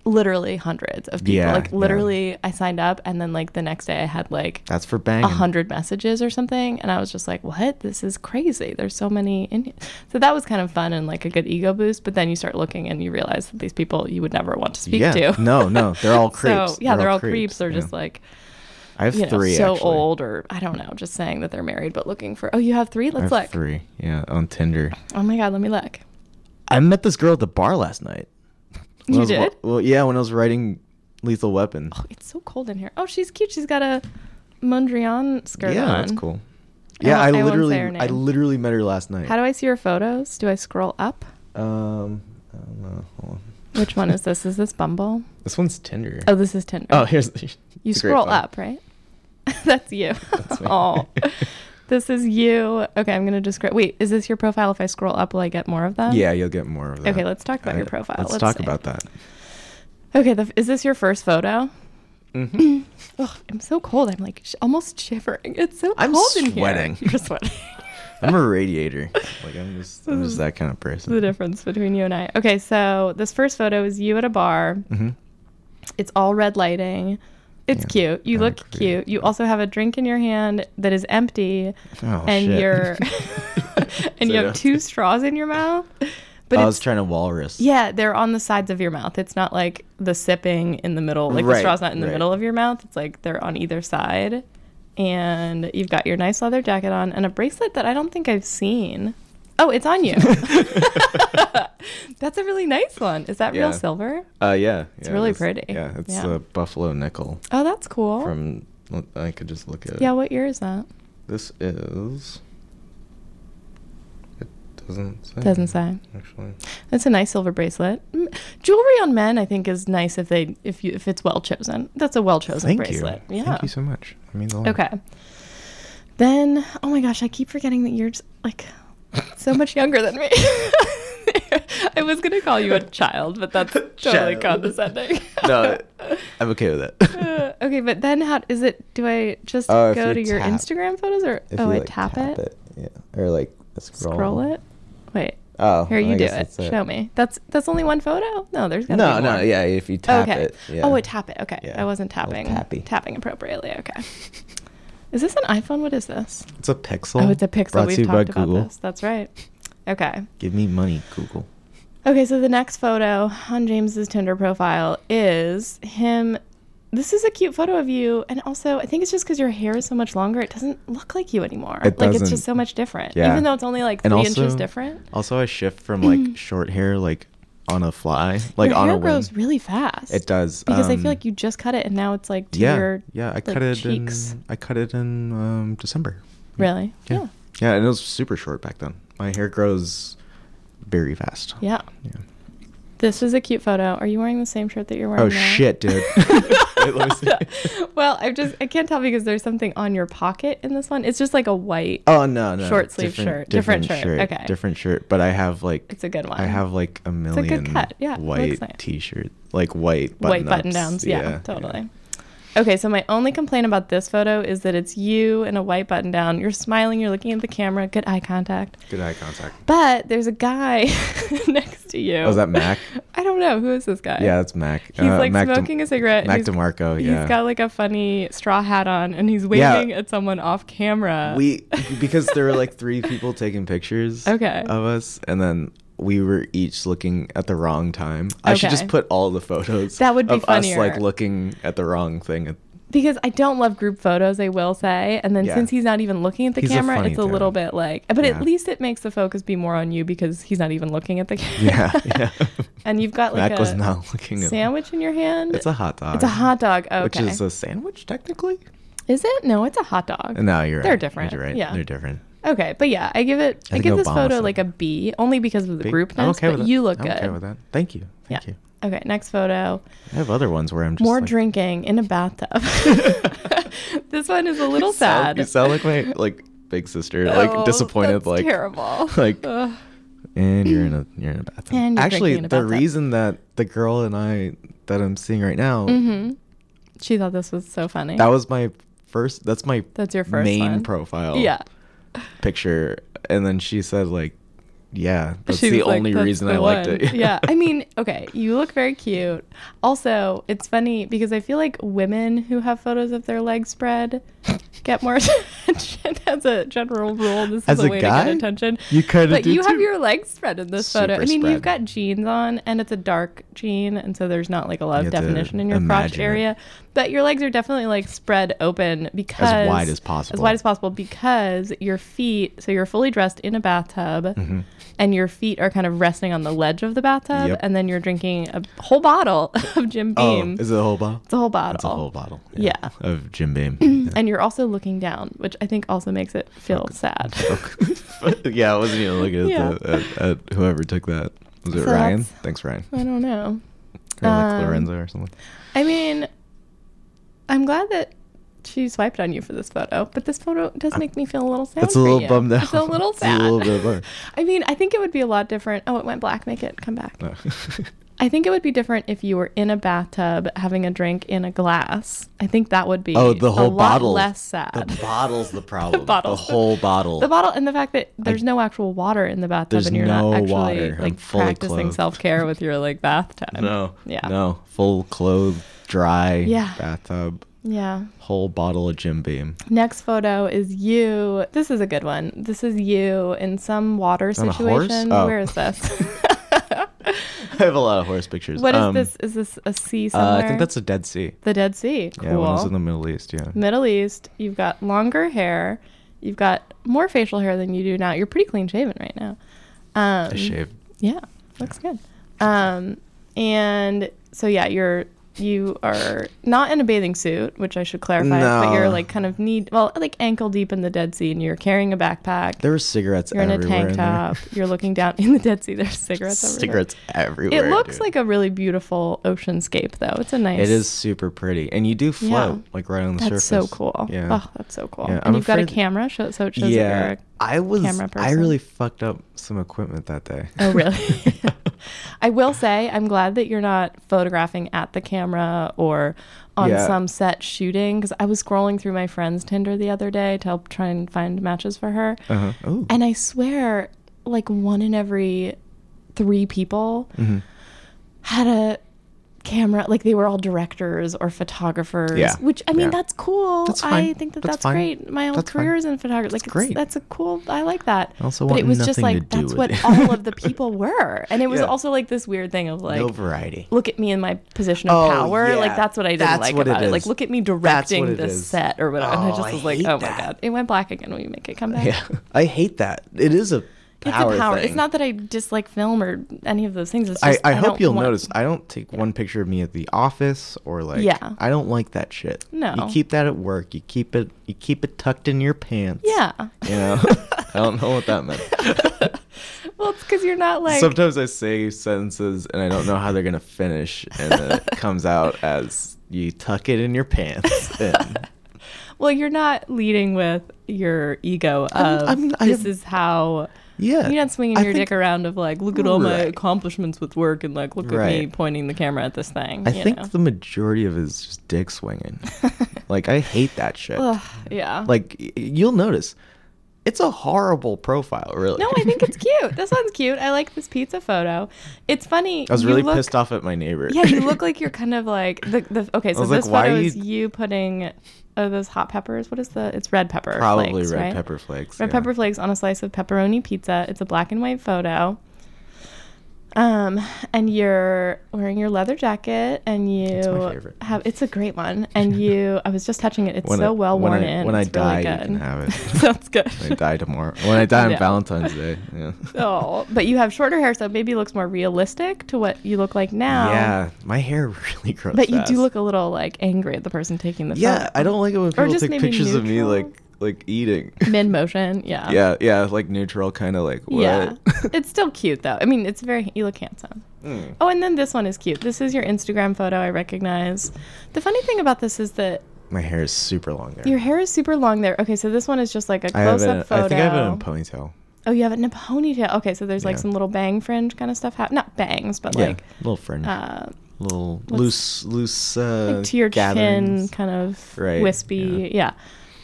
literally hundreds of people.
Yeah,
like
yeah.
literally I signed up and then like the next day I had like
That's for
a
banging.
hundred messages or something and i was just like what this is crazy there's so many in here so that was kind of fun and like a good ego boost but then you start looking and you realize that these people you would never want to speak
Yeah.
to
No, no, they're all creeps.
so yeah they're, all creeps, they're
yeah.
just like
I have
you know
three.
so
actually.
old or i don't know just saying that they're married but looking for oh you have three
I
let's
have
look
three. Yeah, on Tinder.
oh my god let me look
I met this girl at the bar last night. When
You
I was-
did?
Well, yeah, when I was writing Lethal Weapon.
oh it's so cold in here oh she's cute she's got a mondrian skirt
yeah,
on
that's cool.
I
Yeah,
won't-
I,
I won't say
literally,
her
I
name.
literally met her last night.
how do i see your photos do i scroll up
um, I don't know. Hold on.
which one is this is this bumble
This one's Tinder.
oh this is tinder
Oh, here's. The,
You scroll up, right? That's you.
That's me.
oh, this is you. Okay, I'm gonna describe. Wait, is this your profile? If I scroll up, will I get more of them?
yeah, you'll get more of that.
Um, Okay, let's talk about your profile.
Let's,
Let's
talk
see.
about that.
Okay, the, is this your first photo?
hmm
Ugh, I'm so cold. I'm like sh- almost shivering. It's so
I'm
cold in here.
sweating.
You're sweating.
I'm a radiator. Like I'm just, I'm just that kind of person.
the difference between you and I. Okay, so this first photo is you at a bar.
hmm
It's all red lighting. It's
Yeah,
cute. You
I
look
agree.
cute. You also have a drink in your hand that is empty,
Oh,
and
shit.
you're and
So
you have
empty.
two straws in your mouth. But
I
it's,
was trying to walrus.
yeah, they're on the sides of your mouth. It's not like the sipping in the middle. Like the
Right,
straw's not in the
right.
middle of your mouth. It's like they're on either side, and you've got your nice leather jacket on and a bracelet that I don't think I've seen. Oh, it's on you. That's a really nice one. Is that
Yeah.
real silver?
Uh, yeah. It's
really pretty.
Yeah, it's
Yeah.
a buffalo nickel
Oh, that's cool.
from. I could just look at it.
yeah, what year is that?
This is. It doesn't say.
Doesn't say.
Actually.
That's a nice silver bracelet. Mm, Jewelry on men, I think, is nice if they if you if it's well chosen. That's a well chosen
Thank
bracelet.
you.
Yeah.
Thank you so much. I mean,
Okay. Then, oh my gosh, I keep forgetting that you're just, like so much younger than me. I was gonna call you a child, but that's totally
Child.
condescending.
No, I'm okay with it.
Uh, okay, but then how is it? Do I just
Uh, if
go
you
to your
tap-
Instagram photos, or
If
oh,
you,
I
like,
tap, it,
Yeah. Or like scroll.
scroll it? Wait,
Oh.
here you
I
do
guess
it.
that's it.
Show me. That's that's only one photo. No, there's gotta
No,
be
no,
more.
yeah. If you tap
okay.
it. Yeah.
Oh, I tap it. Okay,
Yeah.
I wasn't
Little
tapping.
tappy.
Tapping appropriately. Okay. Is this an iPhone? What is this?
It's a pixel.
Oh, it's a Pixel.
Brought
We've
to you
talked
by
about
Google.
this. That's right. Okay.
Give me money, Google.
Okay, so the next photo on James's Tinder profile is him. This is a cute photo of you, and also I think it's just because your hair is so much longer, it doesn't look like you anymore.
It
like it's
doesn't.
just so much different,
Yeah.
even though it's only like three
And
inches
also-
different.
Also, I shift from like short hair, like on a fly, like
your
on
hair
a whim.
grows really fast.
It does,
because I
um,
feel like you just cut it, and now it's like to
yeah,
your
yeah. I
like,
cut it
cheeks.
in. I cut it in um, December.
Really?
Yeah. yeah, and it was super short back then. My hair grows very fast.
Yeah.
Yeah.
This is a cute photo. Are you wearing the same shirt that you're wearing?
Oh
now?
shit, dude. Wait, let me see.
Well, I just I can't tell because there's something on your pocket in this one. It's just like a white.
Oh no, no.
Short sleeve shirt. Different shirt. Okay.
Different shirt, but I have like
It's a good one.
I have like a
a good
million
cut. Yeah, it looks
white
nice.
t-shirt, like white
white
button
button downs. Yeah, totally. Okay, so my only complaint about this photo is that it's you in a white button down. You're smiling. You're looking at the camera. Good eye contact.
Good eye contact.
But there's a guy next to you.
Oh, is that Mac?
I don't know who is this guy.
Yeah, that's Mac.
He's
Uh,
like
Mac Dem-
smoking a cigarette. and
Mac
he's-
DeMarco, yeah.
He's got like a funny straw hat on and he's waving at someone off camera.
we because there were like three people taking pictures
Okay.
of us and then we were each looking at the wrong time. I should
Okay.
just put all the photos
That would be
of us
funnier.
like looking at the wrong thing. at-
because I don't love group photos, I will say. And then
Yeah.
since he's not even looking at the
He's a
camera,
funny
it's a little
dude.
bit like, but
Yeah.
at least it makes the focus be more on you because he's not even looking at the camera.
Yeah, yeah.
and you've got like
Mac
a
was not looking at
sandwich in your hand.
It's a hot dog.
It's a hot dog. Okay.
Which is a sandwich technically?
is it? No, it's a hot dog.
No, you're right.
They're different.
You're right.
Yeah.
They're different.
Okay, but yeah, I give it.
I
I,
think
give this
Obama
photo
said
like a B, only because of the
Big-
groupness. but
with it.
you look
I'm
good.
okay with that. Thank you. Thank
yeah.
you.
Okay, next photo.
I have other ones where I'm just
More
like,
drinking in a bathtub. this one is a little
You sound-
sad.
You sound like my like big sister, like
Oh,
disappointed,
that's
like
terrible.
like-
Ugh.
And you're in a you're in a bathroom.
And you're
Actually,
drinking in a
the
bathtub.
reason that the girl and I that I'm seeing right now,
Mm-hmm. she thought this was so funny.
oh. that was my first. That's my
That's your first
main
one.
profile.
yeah.
picture. And then she said like, yeah, that's
She
the
was like,
only
"That's
reason
the
I liked
one."
it.
yeah. I mean, okay, you look very cute. Also, it's funny because I feel like women who have photos of their legs spread get more attention as a general rule. This is
As
a
a
way to
guy?
get attention.
You kinda
But
do
you have
too.
your legs spread in this photo.
Super
I mean, you've
spread.
got jeans on and it's a dark jean, and so there's not like a lot
You
of
have to
definition in your crotch
imagine it.
area. But your legs are definitely like spread open because
wide as
As
possible.
wide as possible because your feet, so you're fully dressed in a bathtub
Mm-hmm.
and your feet are kind of resting on the ledge of the bathtub
Yep.
and then you're drinking a whole bottle of Jim Beam.
Oh, is it a whole bottle?
it's a whole bottle.
It's a whole bottle.
Yeah.
Of Jim Beam. Yeah.
And you're also looking down, which I think also makes it feel sad.
yeah, I wasn't even looking at,
Yeah.
the, at, at whoever took that. Was it
So
Ryan?
that's-
Thanks, Ryan.
I don't know.
Or like
um,
Lorenzo or something.
I mean, I'm glad that she swiped on you for this photo, but this photo does make me feel a little sad.
It's
for
a little
you.
bummed out.
It's a little
It's a
sad.
little bit bummed.
I mean, I think it would be a lot different. Oh, it went black. Make it come back.
No.
I think it would be different if you were in a bathtub having a drink in a glass. I think that would be
Oh, the
a
whole
lot
bottle.
less sad.
The bottle's the problem. the,
bottle.
whole bottle.
The bottle and the fact that there's no actual water in the bathtub
There's
and you're
no
not actually
water. I'm
like
fully
practicing
clothed.
self care with your like bath time.
no.
Yeah.
No. Full clothed, dry
Yeah.
bathtub.
Yeah.
Whole bottle of Jim Beam. Uh,
Next photo is you. This is a good one. This is you in some water
On a horse?
situation.
Oh.
Where is this?
I have a lot of horse pictures.
What is
Um,
this? Is this a sea
Uh,
somewhere?
I think that's the Dead Sea.
the Dead Sea. Cool.
Yeah, when I was in the Middle East. Yeah.
Middle East. You've got longer hair. You've got more facial hair than you do now. You're pretty clean shaven right now. Um,
I shaved.
Yeah, looks good. Um, and so yeah, you're you are not in a bathing suit, which I should clarify, but
No.
you're like kind of knee well, like ankle deep in the Dead Sea, and you're carrying a backpack.
There were cigarettes
you're in a
everywhere.
tank
in there.
top. You're looking down in the Dead Sea. There's cigarettes. everywhere.
Cigarettes everywhere.
It looks
dude.
like a really beautiful oceanscape, though. It's a nice.
It is super pretty, and you do float
Yeah.
like right on the
That's
surface.
so cool.
Yeah.
Oh, that's so cool.
Yeah,
and
I'm
you've got a
afraid-
camera, show, so it shows that you're
yeah,
a
I was.
camera
I
person.
really fucked up some equipment that day.
Oh, really? I will say, I'm glad that you're not photographing at the camera or on
Yeah.
some set shooting because I was scrolling through my friend's Tinder the other day to help try and find matches for her.
Uh-huh. Oh.
And I swear, like one in every three people
Mm-hmm.
Mm-hmm.
had a camera, like they were all directors or photographers,
Yeah.
which I mean,
Yeah.
that's cool.
That's
I
fine.
think that
That's
that's,
fine.
great. My whole
That's fine.
career is in photography. Like,
That's
it's-
great.
that's a cool, I like that.
I also
but
want
it was just
nothing to
like,
do
that's
with
what
it.
all of the people were. And it was
Yeah.
also like this weird thing of like,
no variety.
look at me in my position of
Oh,
power.
yeah.
Like that's what I didn't
That's
like
what it
about it, Like
is.
look at me
That's what
directing
it
this
is.
set or whatever. and I
Oh,
just
I
was like,
hate
oh my
that.
god, it went black again. Will you make it come back?
Yeah, I hate that. It is a
It's
power.
a power.
Thing.
It's not that I dislike film or any of those things. It's
I,
just
I, hope
don't
you'll
want-
notice. I don't take one picture of me at the office or like.
Yeah.
I don't like that shit.
No.
You keep that at work. You keep it. You keep it tucked in your pants.
Yeah.
You know. I don't know what that meant.
Well, it's because you're not like.
Sometimes I say sentences and I don't know how they're gonna finish, and then it comes out as you tuck it in your pants. And
Well, you're not leading with your ego
I'm-
of
I'm- I
this
am-
is how.
yeah.
You're not swinging
I
your
think-
dick around of like, look at all my
Right.
accomplishments with work and like, look at me
Right.
pointing the camera at this thing.
I
you
think
know?
the majority of it is just dick swinging. like I hate that shit.
Ugh, yeah.
Like y- you'll notice, it's a horrible profile. Really.
No, I think it's cute. This one's cute. I like this pizza photo. It's funny.
I was
you
really
look-
pissed off at my neighbor.
Yeah, you look like you're kind of like the, the okay. So
was
this
like, why
photo
are
is
you-
you putting uh, those hot peppers. What is the? It's red pepper.
probably
flakes,
red
right?
pepper flakes.
Red
yeah.
pepper flakes on a slice of pepperoni pizza. It's a black and white photo. Um, and you're wearing your leather jacket, and you
my favorite.
have. It's a great one, and you. I was just touching it. It's
When I-
so well
when
worn
I-
in.
when I
It's really
die, you
good.
can have it.
Sounds good.
When I die tomorrow. When I die on
Yeah.
Valentine's Day. Yeah.
Oh, but you have shorter hair, so it maybe looks more realistic to what you look like now.
Yeah, my hair really grows.
But you
fast.
do look a little like angry at the person taking the
Yeah, I don't like it when people
just
take
maybe
pictures of me
neutral.
like like eating.
mid motion. Yeah.
yeah, yeah, like neutral, kind of like what?
Yeah. it's still cute though. I mean, it's very you look handsome.
Hmm.
Oh, and then this one is cute. This is your Instagram photo. I recognize. The funny thing about this is that
my hair is super long there.
your hair is super long there. Okay, so this one is just like a
I have
close
it. in-
up photo.
I think I have it in a ponytail.
oh, you have it in a ponytail. Okay, so there's like
Yeah.
some little bang fringe kind of stuff. hap- Not bangs, but
Yeah,
like
little fringe,
uh,
little loose, loose. Uh,
like to your chin,
gatherings.
kind of
Right,
wispy, yeah.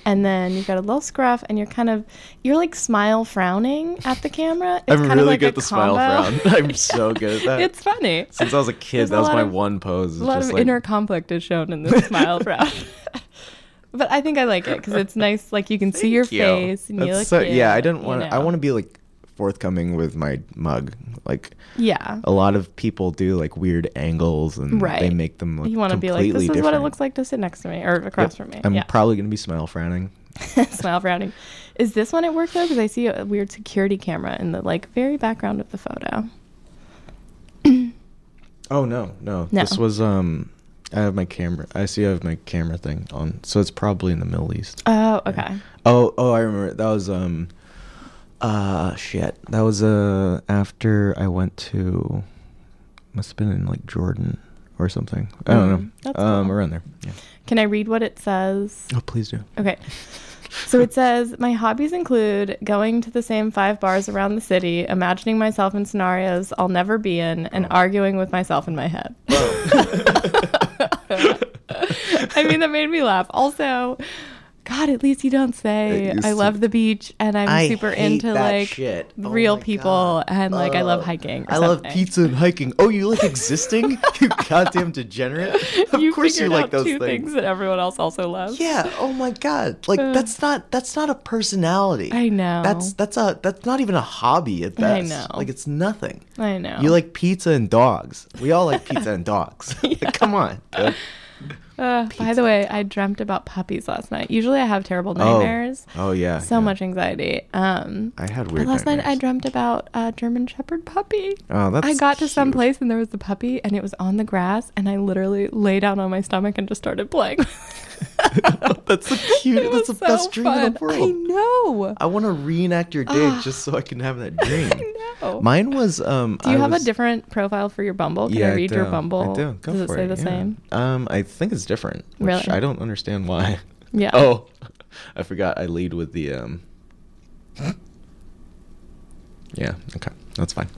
And then you've got a little scruff, and you're kind of you're like smile frowning at the camera. It's
I'm
kind
really
of like
good
a
at the smile
combo.
frown. I'm so good at that.
it's funny.
Since I was a kid,
There's
that
a
was
lot
my
of-
one pose. is
a lot
just
of
like,
inner conflict is shown in this smile frown. but I think I like it because it's nice. Like you can see your
you.
face, and you
That's
look.
so- yeah, I
cute,
didn't
you
want. to I
know.
want to be like forthcoming with my mug. Like
Yeah.
a lot of people do, like weird angles, and
Right.
they make them look.
You want to be like, this is what it looks like to sit next to me or across from me.
I'm
yeah.
probably gonna be smile frowning.
smile frowning. Is this one at work though? Because I see a weird security camera in the like very background of the photo.
Oh no, no,
No.
This was um. I have my camera. I see. I have my camera thing on, so it's probably in the Middle East.
Oh, okay.
Oh, oh, I remember. That was um, uh, shit. That was uh after I went to, must have been in like Jordan or something. I don't know.
Mm, that's
um,
cool.
around there. Yeah.
Can I read what it says?
Oh, please do.
Okay. So it says, My hobbies include going to the same five bars around the city, imagining myself in scenarios I'll never be in,
Oh.
and arguing with myself in my head. I mean, that made me laugh. Also, God, at least you don't say
It used
I
to-
love the beach and I'm
I
super
hate
into
that
like
shit. Oh
real
my
people
God.
and like I love
Ugh.
hiking. or
I love
something.
pizza and hiking. Oh, you like existing? you goddamn degenerate. Of
you
course you
figured
like
out
those
two
things.
that everyone else also loves.
Yeah. Oh my god. Like that's not that's not a personality.
Uh, I know.
That's that's a that's not even a hobby at best.
know.
Like it's nothing.
I know.
You like pizza and dogs. We all like pizza and dogs. Like, come on. dude.
Uh, by the way, I dreamt about puppies last night. Usually, I have terrible nightmares.
Oh yeah.
so
yeah.
much anxiety. Um,
I had
but
weird.
last night I
nightmares.
dreamt about a German Shepherd puppy.
Oh, that's.
I got to some
cute.
place and there was the puppy and it was on the grass and I literally lay down on my stomach and just started playing.
That's the cute.
It
That's the
was
best
so
dream in the
fun.
world.
I know. Ah.
I want to reenact your day just so I can have that dream.
I know.
Mine was. Um,
do you
I
have
was-
a different profile for your Bumble? Can I
I
read your
do.
Bumble?
I do. Go
Does
for
it say
it.
the
yeah.
same?
Um, I think it's different. Which
Really?
I don't understand why.
Yeah.
Oh, I forgot. I lead with the um. Yeah. Okay. That's fine.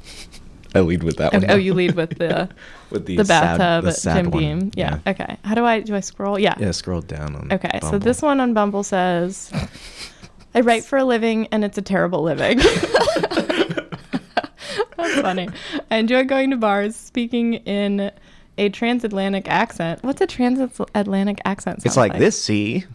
I lead with that
Okay.
one.
Oh,
now.
you lead with the
with the,
the
sad-
bathtub
the sad
Jim
one.
Beam. Yeah. Okay. How do I do I scroll? Yeah.
Yeah. Scroll down on.
Okay. So
Mm, Bumble.
this one on Bumble says I write for a living and it's a terrible living. That's funny. I enjoy going to bars, speaking in a transatlantic accent. What's a transatlantic accent?
It's
sound
like this. See,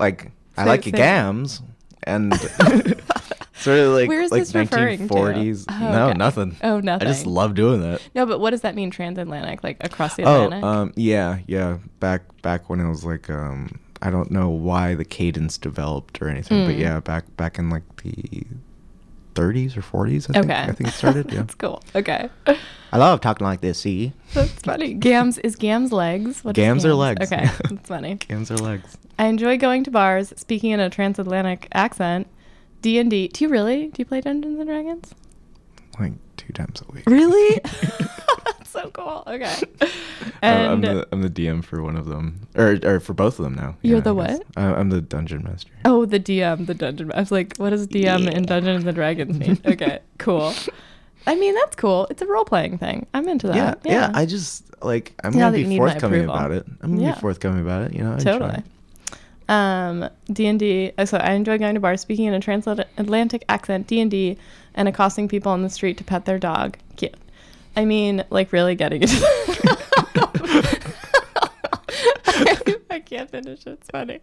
like I
Say-
like
say-
gams and sort of like
Where is
like
this referring to?
1940s.
Oh,
no,
okay.
nothing.
Oh,
I just
nothing.
love doing that.
No, but what does that mean, transatlantic? Like across the
Oh,
Atlantic?
um, yeah, yeah. Back back when it was like, um, I don't know why the cadence developed or anything,
Hmm.
but yeah, back back in like the 30s or 40s. I think,
okay.
I think it started. Yeah,
That's cool. Okay.
I love talking like this. See,
That's funny. Gams is Gams legs. What is
Gams are legs.
Okay. That's funny.
gams are legs.
I enjoy going to bars, speaking in a transatlantic accent. D and D. Do you really? Do you play Dungeons and Dragons?
Like two times a week.
Really? That's so cool. Okay.
I'm-
And
I'm, the, I'm the DM for one of them, or or for both of them now.
You're
Yeah,
the
I guess.
what?
I, I'm the dungeon master.
oh, the DM, the dungeon. I was like, what does DM in Dungeons and Dragons mean? Okay, cool. I mean, that's cool. It's a role playing thing. I'm into that.
yeah, yeah, I just like I'm
Now that
gonna
you
be
need my
forthcoming
approval.
about it. I'm gonna
Yeah.
be forthcoming about it. You know, I
totally.
try.
Um, D and D. So I enjoy going to bars, speaking in a transatlantic accent, D and D, and accosting people on the street to pet their dog. Cute. I mean, like really getting into. I can't finish. It's funny.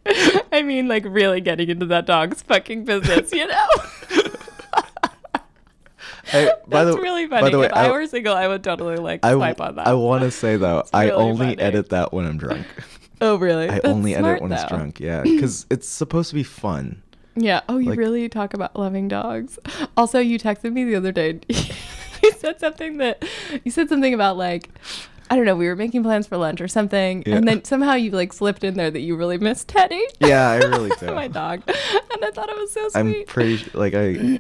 I mean, like really getting into that dog's fucking business. You know.
Hey, by
That's
the-
really
by
funny.
the way,
if I,
I-
were single, I would totally like
I,
swipe on that.
want to say though,
It's
I
really
only
funny.
edit that when I'm drunk.
Oh, really?
I
That's
only
smart,
edit when it's
though.
drunk. Yeah, because it's supposed to be fun.
Yeah. Oh, you
Like-
really talk about loving dogs. Also, you texted me the other day. you said something that you said something about like I don't know. We were making plans for lunch or something,
Yeah.
and then somehow you like slipped in there that you really miss Teddy.
Yeah, I really do.
my dog, and I thought it was so
I'm
sweet.
pretty su- like I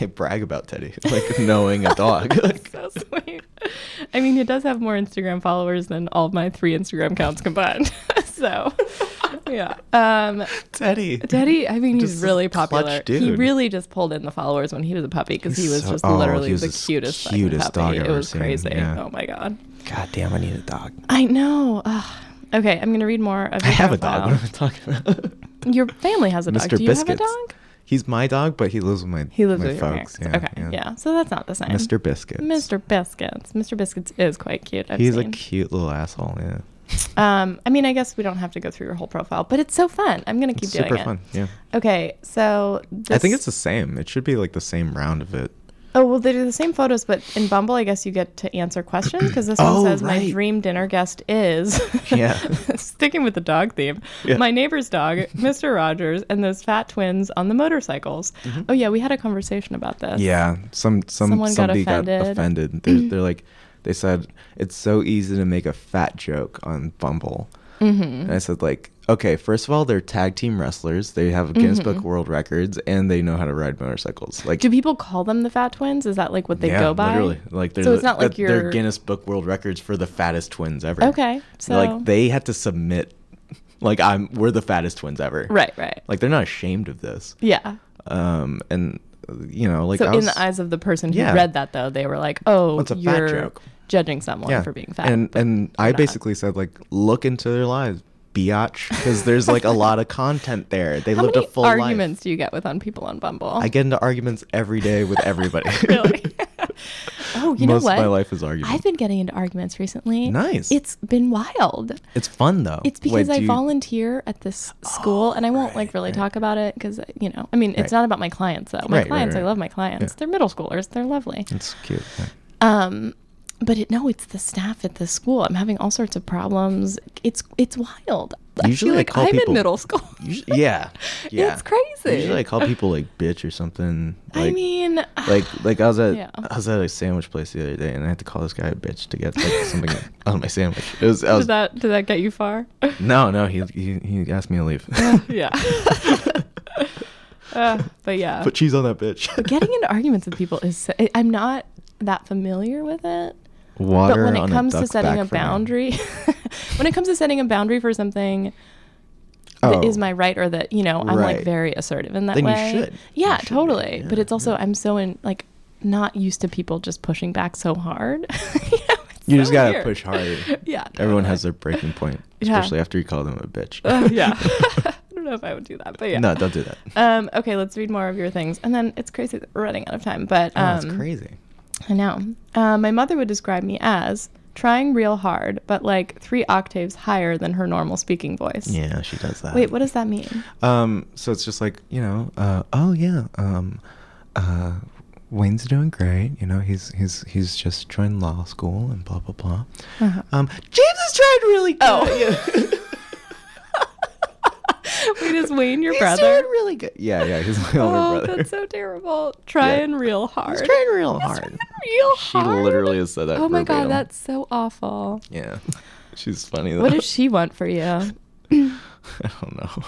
I brag about Teddy, like knowing a dog. Like,
so sweet. I mean, he does have more Instagram followers than all of my three Instagram accounts combined. so, yeah. Um,
Teddy.
Daddy, I mean, he's
Just
really
clutch
popular. He
dude.
really just pulled in the followers when he was a puppy because he
He's
was
so-
just
oh,
literally
he was
the
the
cutest, fucking puppy.
cutest dog I've
it
ever
was
seen,
crazy.
yeah.
Oh my god,
God damn, I need a dog.
I know. Ugh. Okay, I'm gonna read more of.
I
Your
have a dog.
profile.
What am I talking about?
Your family has a dog.
Mr.
Do you have a
Biscuits.
dog?
He's my dog, but he lives with my
He lives
my
with your
folks.
parents.
Yeah,
okay, yeah. So that's not the same.
Mr. Biscuits.
Mr. Biscuits. Mr. Biscuits is quite cute. I've
He's a
seen.
cute little asshole. Yeah.
Um, I mean, I guess we don't have to go through your whole profile, but it's so fun. I'm gonna keep doing
Super
it.
fun. Yeah.
Okay, so this,
I think it's the same. It should be like the same round of it.
Oh well, they do the same photos, but in Bumble, I guess you get to answer questions because this one
Oh,
says my
right.
dream dinner guest is.
Yeah.
Sticking with the dog theme,
Yeah.
my neighbor's dog, Mr. Rogers, and those fat twins on the motorcycles. Oh yeah, we had a conversation about this.
Mm-hmm. Yeah, some some
Someone got
somebody got offended.
offended.
They're, they're like, they said it's so easy to make a fat joke on Bumble. Mm-hmm. And I said like, okay, first of all, they're tag team wrestlers. They have Guinness
Mm-hmm.
Book World Records and they know how to ride motorcycles. Like,
Do people call them the fat twins? Is that like what they
yeah,
go by?
literally, like they're
So it's not like
that- they're
you're-
Guinness Book World Records for the fattest twins ever.
Okay, so
like they had to submit. Like I'm, we're the fattest twins ever.
right, right,
Like they're not ashamed of this.
yeah.
Um, and uh, you know, like
So
I
in
was-
the eyes of the person who
Yeah.
read that, though, they were like, "Oh,
What's a fat
you're
joke?"
judging someone for being fat."
And and I
not.
basically said like, look into their lives, biatch because there's like a lot of content there. They
How
lived
many
a full
arguments
life.
do you get with on people on Bumble?
I get into arguments every day with everybody.
Oh. really. oh, you know
Most
what?
of my life is arguments.
I've been getting into arguments recently.
Nice.
It's been wild.
it's fun though.
It's because
Wait,
I
do you-
volunteer at this school, and I won't like really talk about it because you know, I mean, it's not about my clients though. My
Right, right,
clients,
right.
I love my clients.
Yeah.
They're middle schoolers. They're lovely.
It's cute. yeah.
Um, but it, no, it's the staff at the school. I'm having all sorts of problems. It's it's wild.
Usually
I feel
I
like
call
I'm in
people-
middle school.
Usu- yeah, yeah.
it's crazy.
Usually I call people like bitch or something.
I
like-
mean,
like like I was at
Yeah.
I was at a sandwich place the other day and I had to call this guy a bitch to get like something on my sandwich. It was, I was
did that did that get you far?
no no he he, he asked me to leave.
yeah. Uh, but yeah,
Put cheese on that bitch.
But getting into arguments with people is so, I- I'm not that familiar with it.
water.
but when it
on a
comes to
duck's
setting
back
a
for me.
boundary, when it comes to setting a boundary for something that
Oh.
is my right or that you know I'm like
Right.
very assertive in that
Then you
way.
should. You
Yeah,
should be,
totally. but
yeah,
it's also I'm so in like not used to people just pushing back so hard. you know, it's so
You just gotta
weird.
push harder.
Yeah,
Everyone
totally.
has their breaking point,
Yeah.
especially after you call them a bitch.
Uh, yeah. I don't know if I would do that, but yeah.
No, don't do that.
Um, okay, let's read more of your things, and then it's crazy that we're running out of time. But um,
oh, it's crazy.
I know. Uh, my mother would describe me as trying real hard, but like three octaves higher than her normal speaking voice.
Yeah, she does that.
Wait, what does that mean?
Um, so it's just like you know, uh, oh yeah, um, uh, Wayne's doing great. You know, he's he's he's just joined law school and blah blah blah.
Uh-huh.
Um, James is trying really good.
Oh. Wait, is Wayne your
he's
brother?
doing really good. Yeah, yeah, he's my older
oh,
brother.
that's so terrible. Trying real hard.
He's trying real
He's
hard.
trying real
She
hard.
literally has said that.
Oh my
verbatim.
god, that's so awful.
yeah. She's funny though.
What does she want for you?
I don't know.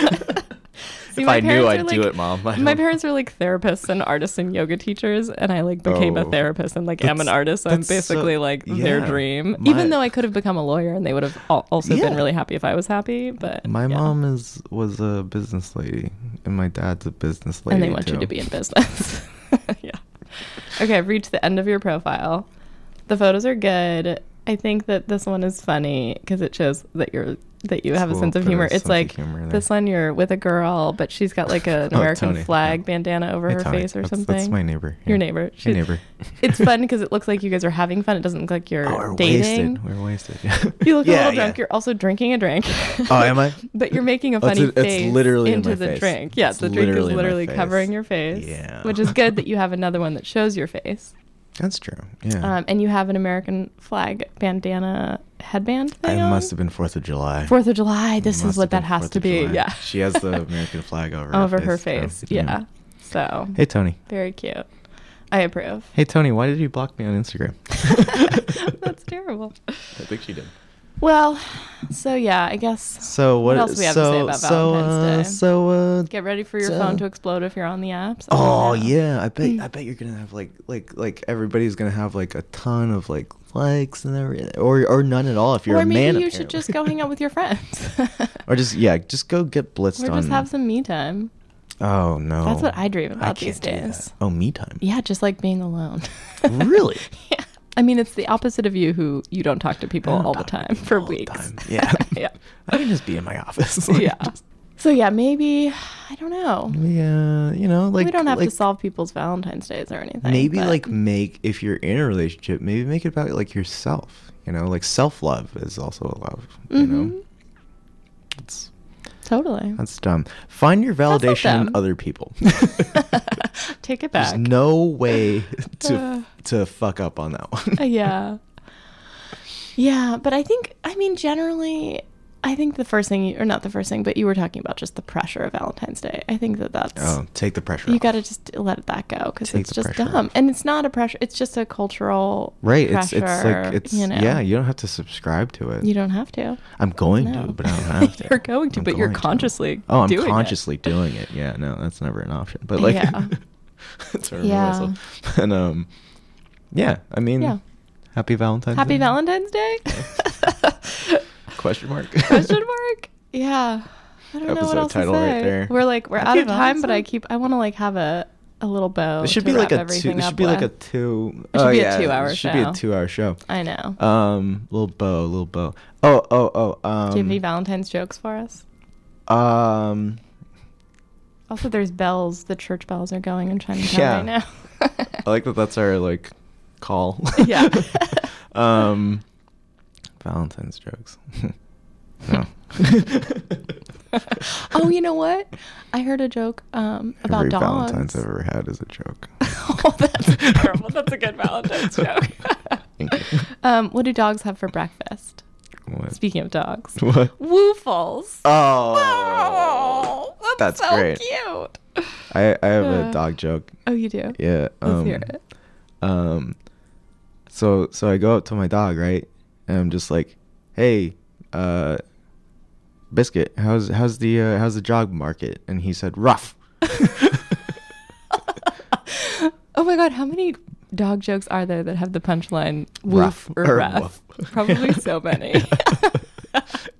See,
If
my
I knew,
parents
I'd
are,
do it, Mom. I
my
don't-
parents were like therapists and artists and yoga teachers, and I like became a
Oh.
therapist and like am an
That's-
artist. So I'm
that's so-
basically like their
yeah.
dream,
My-
even though I could have become a lawyer, and they would have al- also been
Yeah.
really happy if I was happy. But
My
yeah.
mom is was a business lady, and my dad's a business lady.
and they want you
too.
to be in business. yeah. Okay, I've reached the end of your profile. The photos are good. I think that this one is funny because it shows that you're that you
It's
have a
a little
sense of
bit of
humor.
a sense
It's
of
like
humor there.
this one you're with a girl, but she's got like an
Oh,
American
Tony,
flag
yeah.
bandana over
Hey,
her
Tony,
face or
that's-
something.
That's my neighbor.
Your
yeah.
neighbor.
Hey,
She-
neighbor.
it's fun because it looks like you guys are having fun. It doesn't look like you're
Oh, we're
dating.
wasted. We're wasted. yeah.
You look a
Yeah,
little
yeah.
drunk. You're also drinking a drink.
Oh, am I?
but you're making a
That's
funny
it- that's
face
literally in
into
my
the
face.
drink. Yeah,
That's
the drink is
literally in my
literally
face.
covering your face.
Yeah.
Which is good that you have another one that shows your face.
That's true. Yeah.
Um, and you have an American flag bandana headband
I
thing. on?
must have been Fourth of July.
Fourth of July. This
Must
is what
have been
that has
Fourth
to
of
be.
July.
Yeah.
She has the American flag over
over
her
her
face,
face.
so,
yeah.
yeah.
So
Hey Tony.
very cute. I approve.
Hey Tony, why did you block me on Instagram?
That's terrible.
I think she did.
Well, so yeah, I guess
So what,
else do we have to say
so,
about
so,
Valentine's
uh,
Day?
So uh
get ready for your
So-
phone to explode Mm. if you're on the apps. I don't
Oh
know.
yeah, I bet I bet you're gonna have like like like everybody's gonna have like a ton of like likes and everything, or or none at all if you're
Or
a
maybe
man.
you should just go hang out with your friends.
or just yeah, just go get blitzed
or
on.
just have some me time.
oh no,
That's what I dream
I
about these
can't do
days.
that. Oh, me time.
Yeah, just like being alone.
Really?
yeah. I mean, it's the opposite of you who you don't talk to people
I don't
all the
talk to
time
people
for
all the
weeks.
time. Yeah.
yeah.
I can just be in my office. Like,
Yeah.
just-
So yeah, maybe I don't know.
we, uh, you know, like
we don't have
like,
to solve people's Valentine's days or anything.
Maybe
but-
like make if you're in a relationship, maybe make it about like yourself. You know, like self love is also a love. You know,
Mhm.
it's
Mm-hmm. totally.
That's dumb. Find your
not
validation
dumb.
in other people.
Take it
There's
back.
no way to
Uh.
to fuck up on that one.
Uh, yeah. Yeah, but I think I mean generally I think the first thing you, or not the first thing, but you were talking about just the pressure of Valentine's Day. I think that that's
Oh, take the pressure.
you
off.
got to just let that go because
Take
it's
the
just
pressure
dumb,
off.
and it's not a pressure. It's just a cultural
right. It's
Pressure,
it's like it's
you know.
yeah. You don't have to subscribe to it.
You don't have to.
I'm going
No.
to, but I don't have to.
You're going to,
I'm
but you're
going to.
consciously
Oh, I'm
doing it.
consciously doing it. Yeah, no, that's never an option. But like,
Yeah.
it's a
Yeah.
reversal. And um, yeah. I mean,
Yeah.
happy Valentine's.
Happy
Day?
Valentine's Day?
Question mark.
Question mark? Yeah. I don't know what
Episode
else
title
to
right
say.
there.
We're like we're
Happy
out of time, but I
Valentine's?
keep I want to like have a a little bow.
It should
to
be
wrap
like a two.
everything
It should
up
be like a
with.
two.
It should
oh,
be a
yeah,
two-hour
It should be
show.
a two-hour show.
I know.
Um, little bow, little bow. Oh, oh, oh. Um,
Do you have any Valentine's jokes for us?
um,
Also, there's bells. The church bells are going in Chinatown
Yeah.
right now.
I like that. That's our like call.
Yeah.
um, Valentine's jokes. no.
oh, you know what? I heard a joke um, about
Every
dogs.
Valentine's I've ever had is a joke.
oh, that's terrible. That's a good Valentine's joke.
Thank you.
um, what do dogs have for breakfast?
What?
Speaking of dogs,
What?
woofles.
Oh,
that's,
that's
so
great.
cute.
I I have
Uh,
a dog joke.
Oh, you do?
Yeah.
Let's
Um,
hear it.
um so so i go up to my dog right and i'm just like hey uh biscuit how's how's the uh, how's the job market and he said rough
Oh my god, how many dog jokes are there that have the punchline woof
Rough
or,
or
rough?
woof.
Probably so many.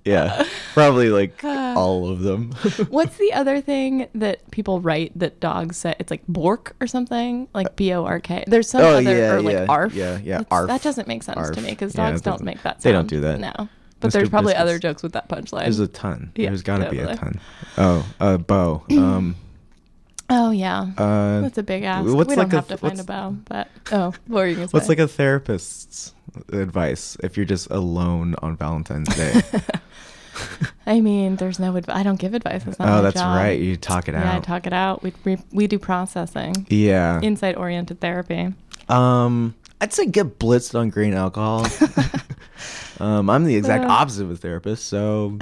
yeah probably like
Uh,
all of them
What's the other thing that people write that dogs say? It's like bork or something, like b o r k. There's some
Uh, Oh,
other
yeah,
or like
yeah,
arf.
yeah, yeah,
That's-
arf.
That doesn't make sense to
Arf.
me because
Yeah,
dogs
it
don't
doesn't-
make that. Sound.
they don't do that.
No, but
Mr.
there's probably
Biscuits.
other jokes with that punchline.
there's a ton
Yeah,
there's gotta be
totally.
a ton oh uh bow um
oh yeah,
uh
that's a big ask.
what's
we don't
like a-
have to find
what's-
a bow, but oh, what were you gonna say?
what's like a therapist's advice if you're just alone on valentine's day
I mean, there's no. Adv- I don't give advice. It's not
oh
my
that's
job.
right you talk it
Yeah, I
out
talk it out. We we, we do processing,
yeah
insight oriented therapy.
Um, I'd say get blitzed on green alcohol. um, I'm the exact
Uh.
opposite of a therapist, so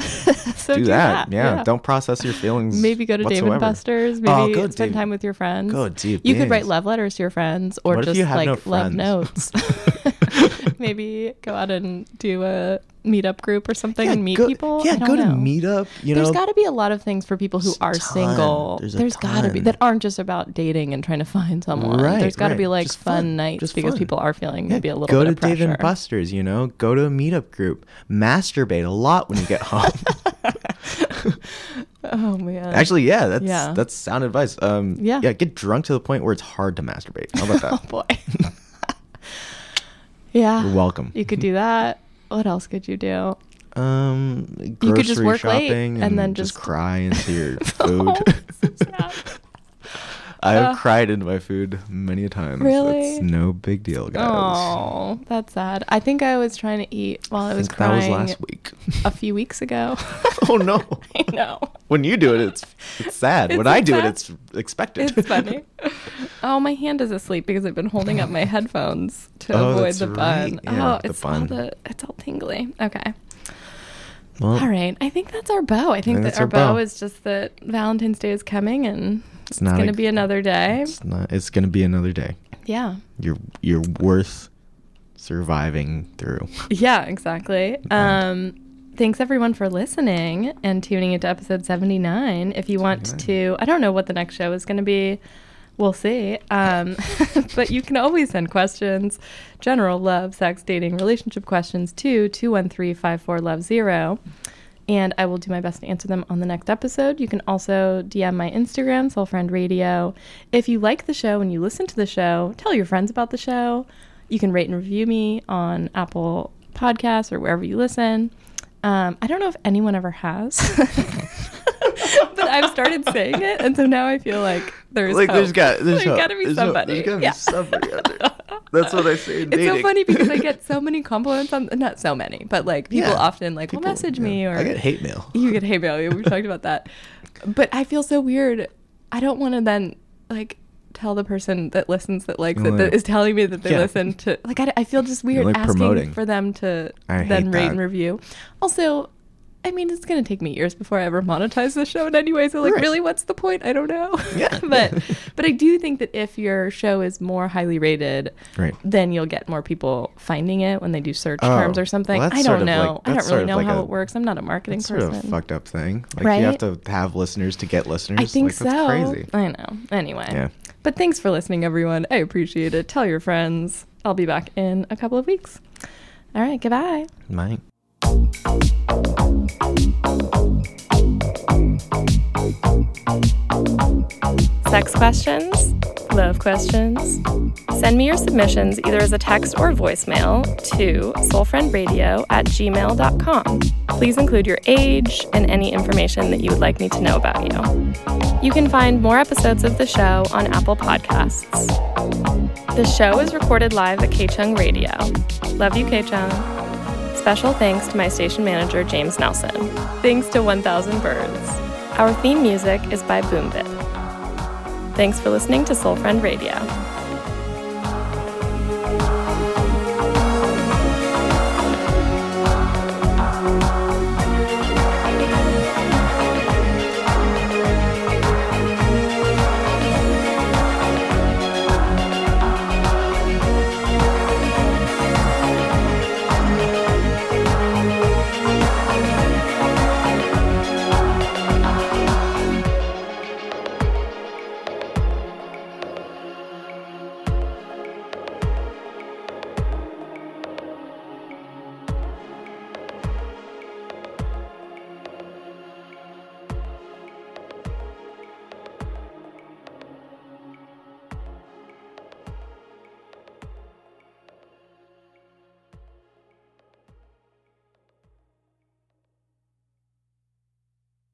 so
do, that. Yeah. don't process your feelings.
Maybe go to David
whatsoever.
Buster's. Maybe
Oh, go
spend
Dave-
time with your friends.
go deep
You could write
digs.
love letters to your friends, or
What if
just
you have
like
no
love
friends?
notes. Maybe go out and do a meetup group or something
Yeah,
and meet
go,
people.
Yeah,
I don't
go to
know.
meetup. You
There's
know,
got to be a lot of things for people who
There's a
are
ton.
single.
There's a
There's got to be
ton.
that aren't just about dating and trying to find someone.
Right,
There's got to
right.
be like
Just
fun,
fun.
nights
Just
because
fun.
people are feeling maybe a little
go
bit
to
of pressure.
Dave and Buster's. You know, go to a meetup group. Masturbate a lot when you get home.
Oh man.
Actually, yeah, that's
Yeah.
that's sound advice. Um,
Yeah.
yeah, get drunk to the point where it's hard to masturbate. How about
oh
that?
boy. yeah.
You're welcome.
You could do that. What else could you do?
Um, grocery
could just work late
shopping
and
and,
then
just,
just-
cry into your
Oh,
food.
so sad.
I have
Uh,
cried into my food many a times.
Really?
It's no big deal, guys.
Oh, that's sad. I think I was trying to eat while I, was
think that was
crying
last week.
a few weeks ago.
oh no!
I know.
When you do it, it's it's sad.
It's
when I do
sad.
it, it's expected.
It's funny. Oh, my hand is asleep because I've been holding up my headphones to
Oh,
avoid
that's
the bun.
right. Yeah,
oh,
the
it's all
bun.
the it's all tingly. Okay.
Well,
All right. I think that's our bow. I think
think
that
that's
our
our
bow
bow.
is just that Valentine's Day is coming and it's,
not
going to
a-
be another day.
It's not. It's gonna be another day.
Yeah.
You're you're worth surviving through.
Yeah, exactly. Um, thanks everyone for listening and tuning into episode 79. If you want to, I don't know what the next show is going to be. We'll see. Um, but you can always send questions, general love, sex, dating, relationship questions to 213 54 Love Zero. And I will do my best to answer them on the next episode. You can also DM my Instagram, Soul Friend Radio. If you like the show and you listen to the show, tell your friends about the show. You can rate and review me on Apple Podcasts or wherever you listen. Um, I don't know if anyone ever has, but I've started saying it, and so now I feel like there's
like there's
hope.
got there's hope.
gotta be
There's hope.
somebody.
There's gotta
Yeah.
be somebody out there. That's what I say. in
It's so
dating.
funny because I get so many compliments on not so many, but like people
Yeah.
often like will
People-
message
yeah.
me or
I get hate mail.
you get hate mail. We've talked about that. But I feel so weird. I don't want to then like tell the person that listens that likes it
Like-
that is telling me that they
Yeah.
listen to like I, I feel just weird
like
asking
promoting.
for them to
I
then
hate
rate
that.
and review. Also, I mean it's gonna take me years before I ever monetize the show in any way. So like
Right.
really what's the point? I don't know.
Yeah.
but but I do think that if your show is more highly rated,
Right.
then you'll get more people finding it when they do search
Oh,
terms or something.
well, that's
I
sort
don't
of like-
know. I
that's
don't
sort
really
of
know
like
how
a-
it works. I'm not a marketing
It's sort
person.
of a fucked up thing. Like
Right?
you have to have listeners to get listeners.
I think
like, that's
so.
crazy.
I know. Anyway.
Yeah.
But thanks for listening, everyone. I appreciate it. Tell your friends. I'll be back in a couple of weeks. All right. Goodbye.
Mine.
Sex questions?
Love questions? Send me your submissions either as a text or voicemail to soulfriendradio at gmail.com. Please include your age and any information that you would like me to know about you. You can find more episodes of the show on Apple Podcasts. The show is recorded live at Keichung Radio. Love you, Keichung. Special thanks to my station manager, James Nelson. Thanks to 1000 Birds. Our theme music is by Boombip. Thanks for listening to Soul Friend Radio.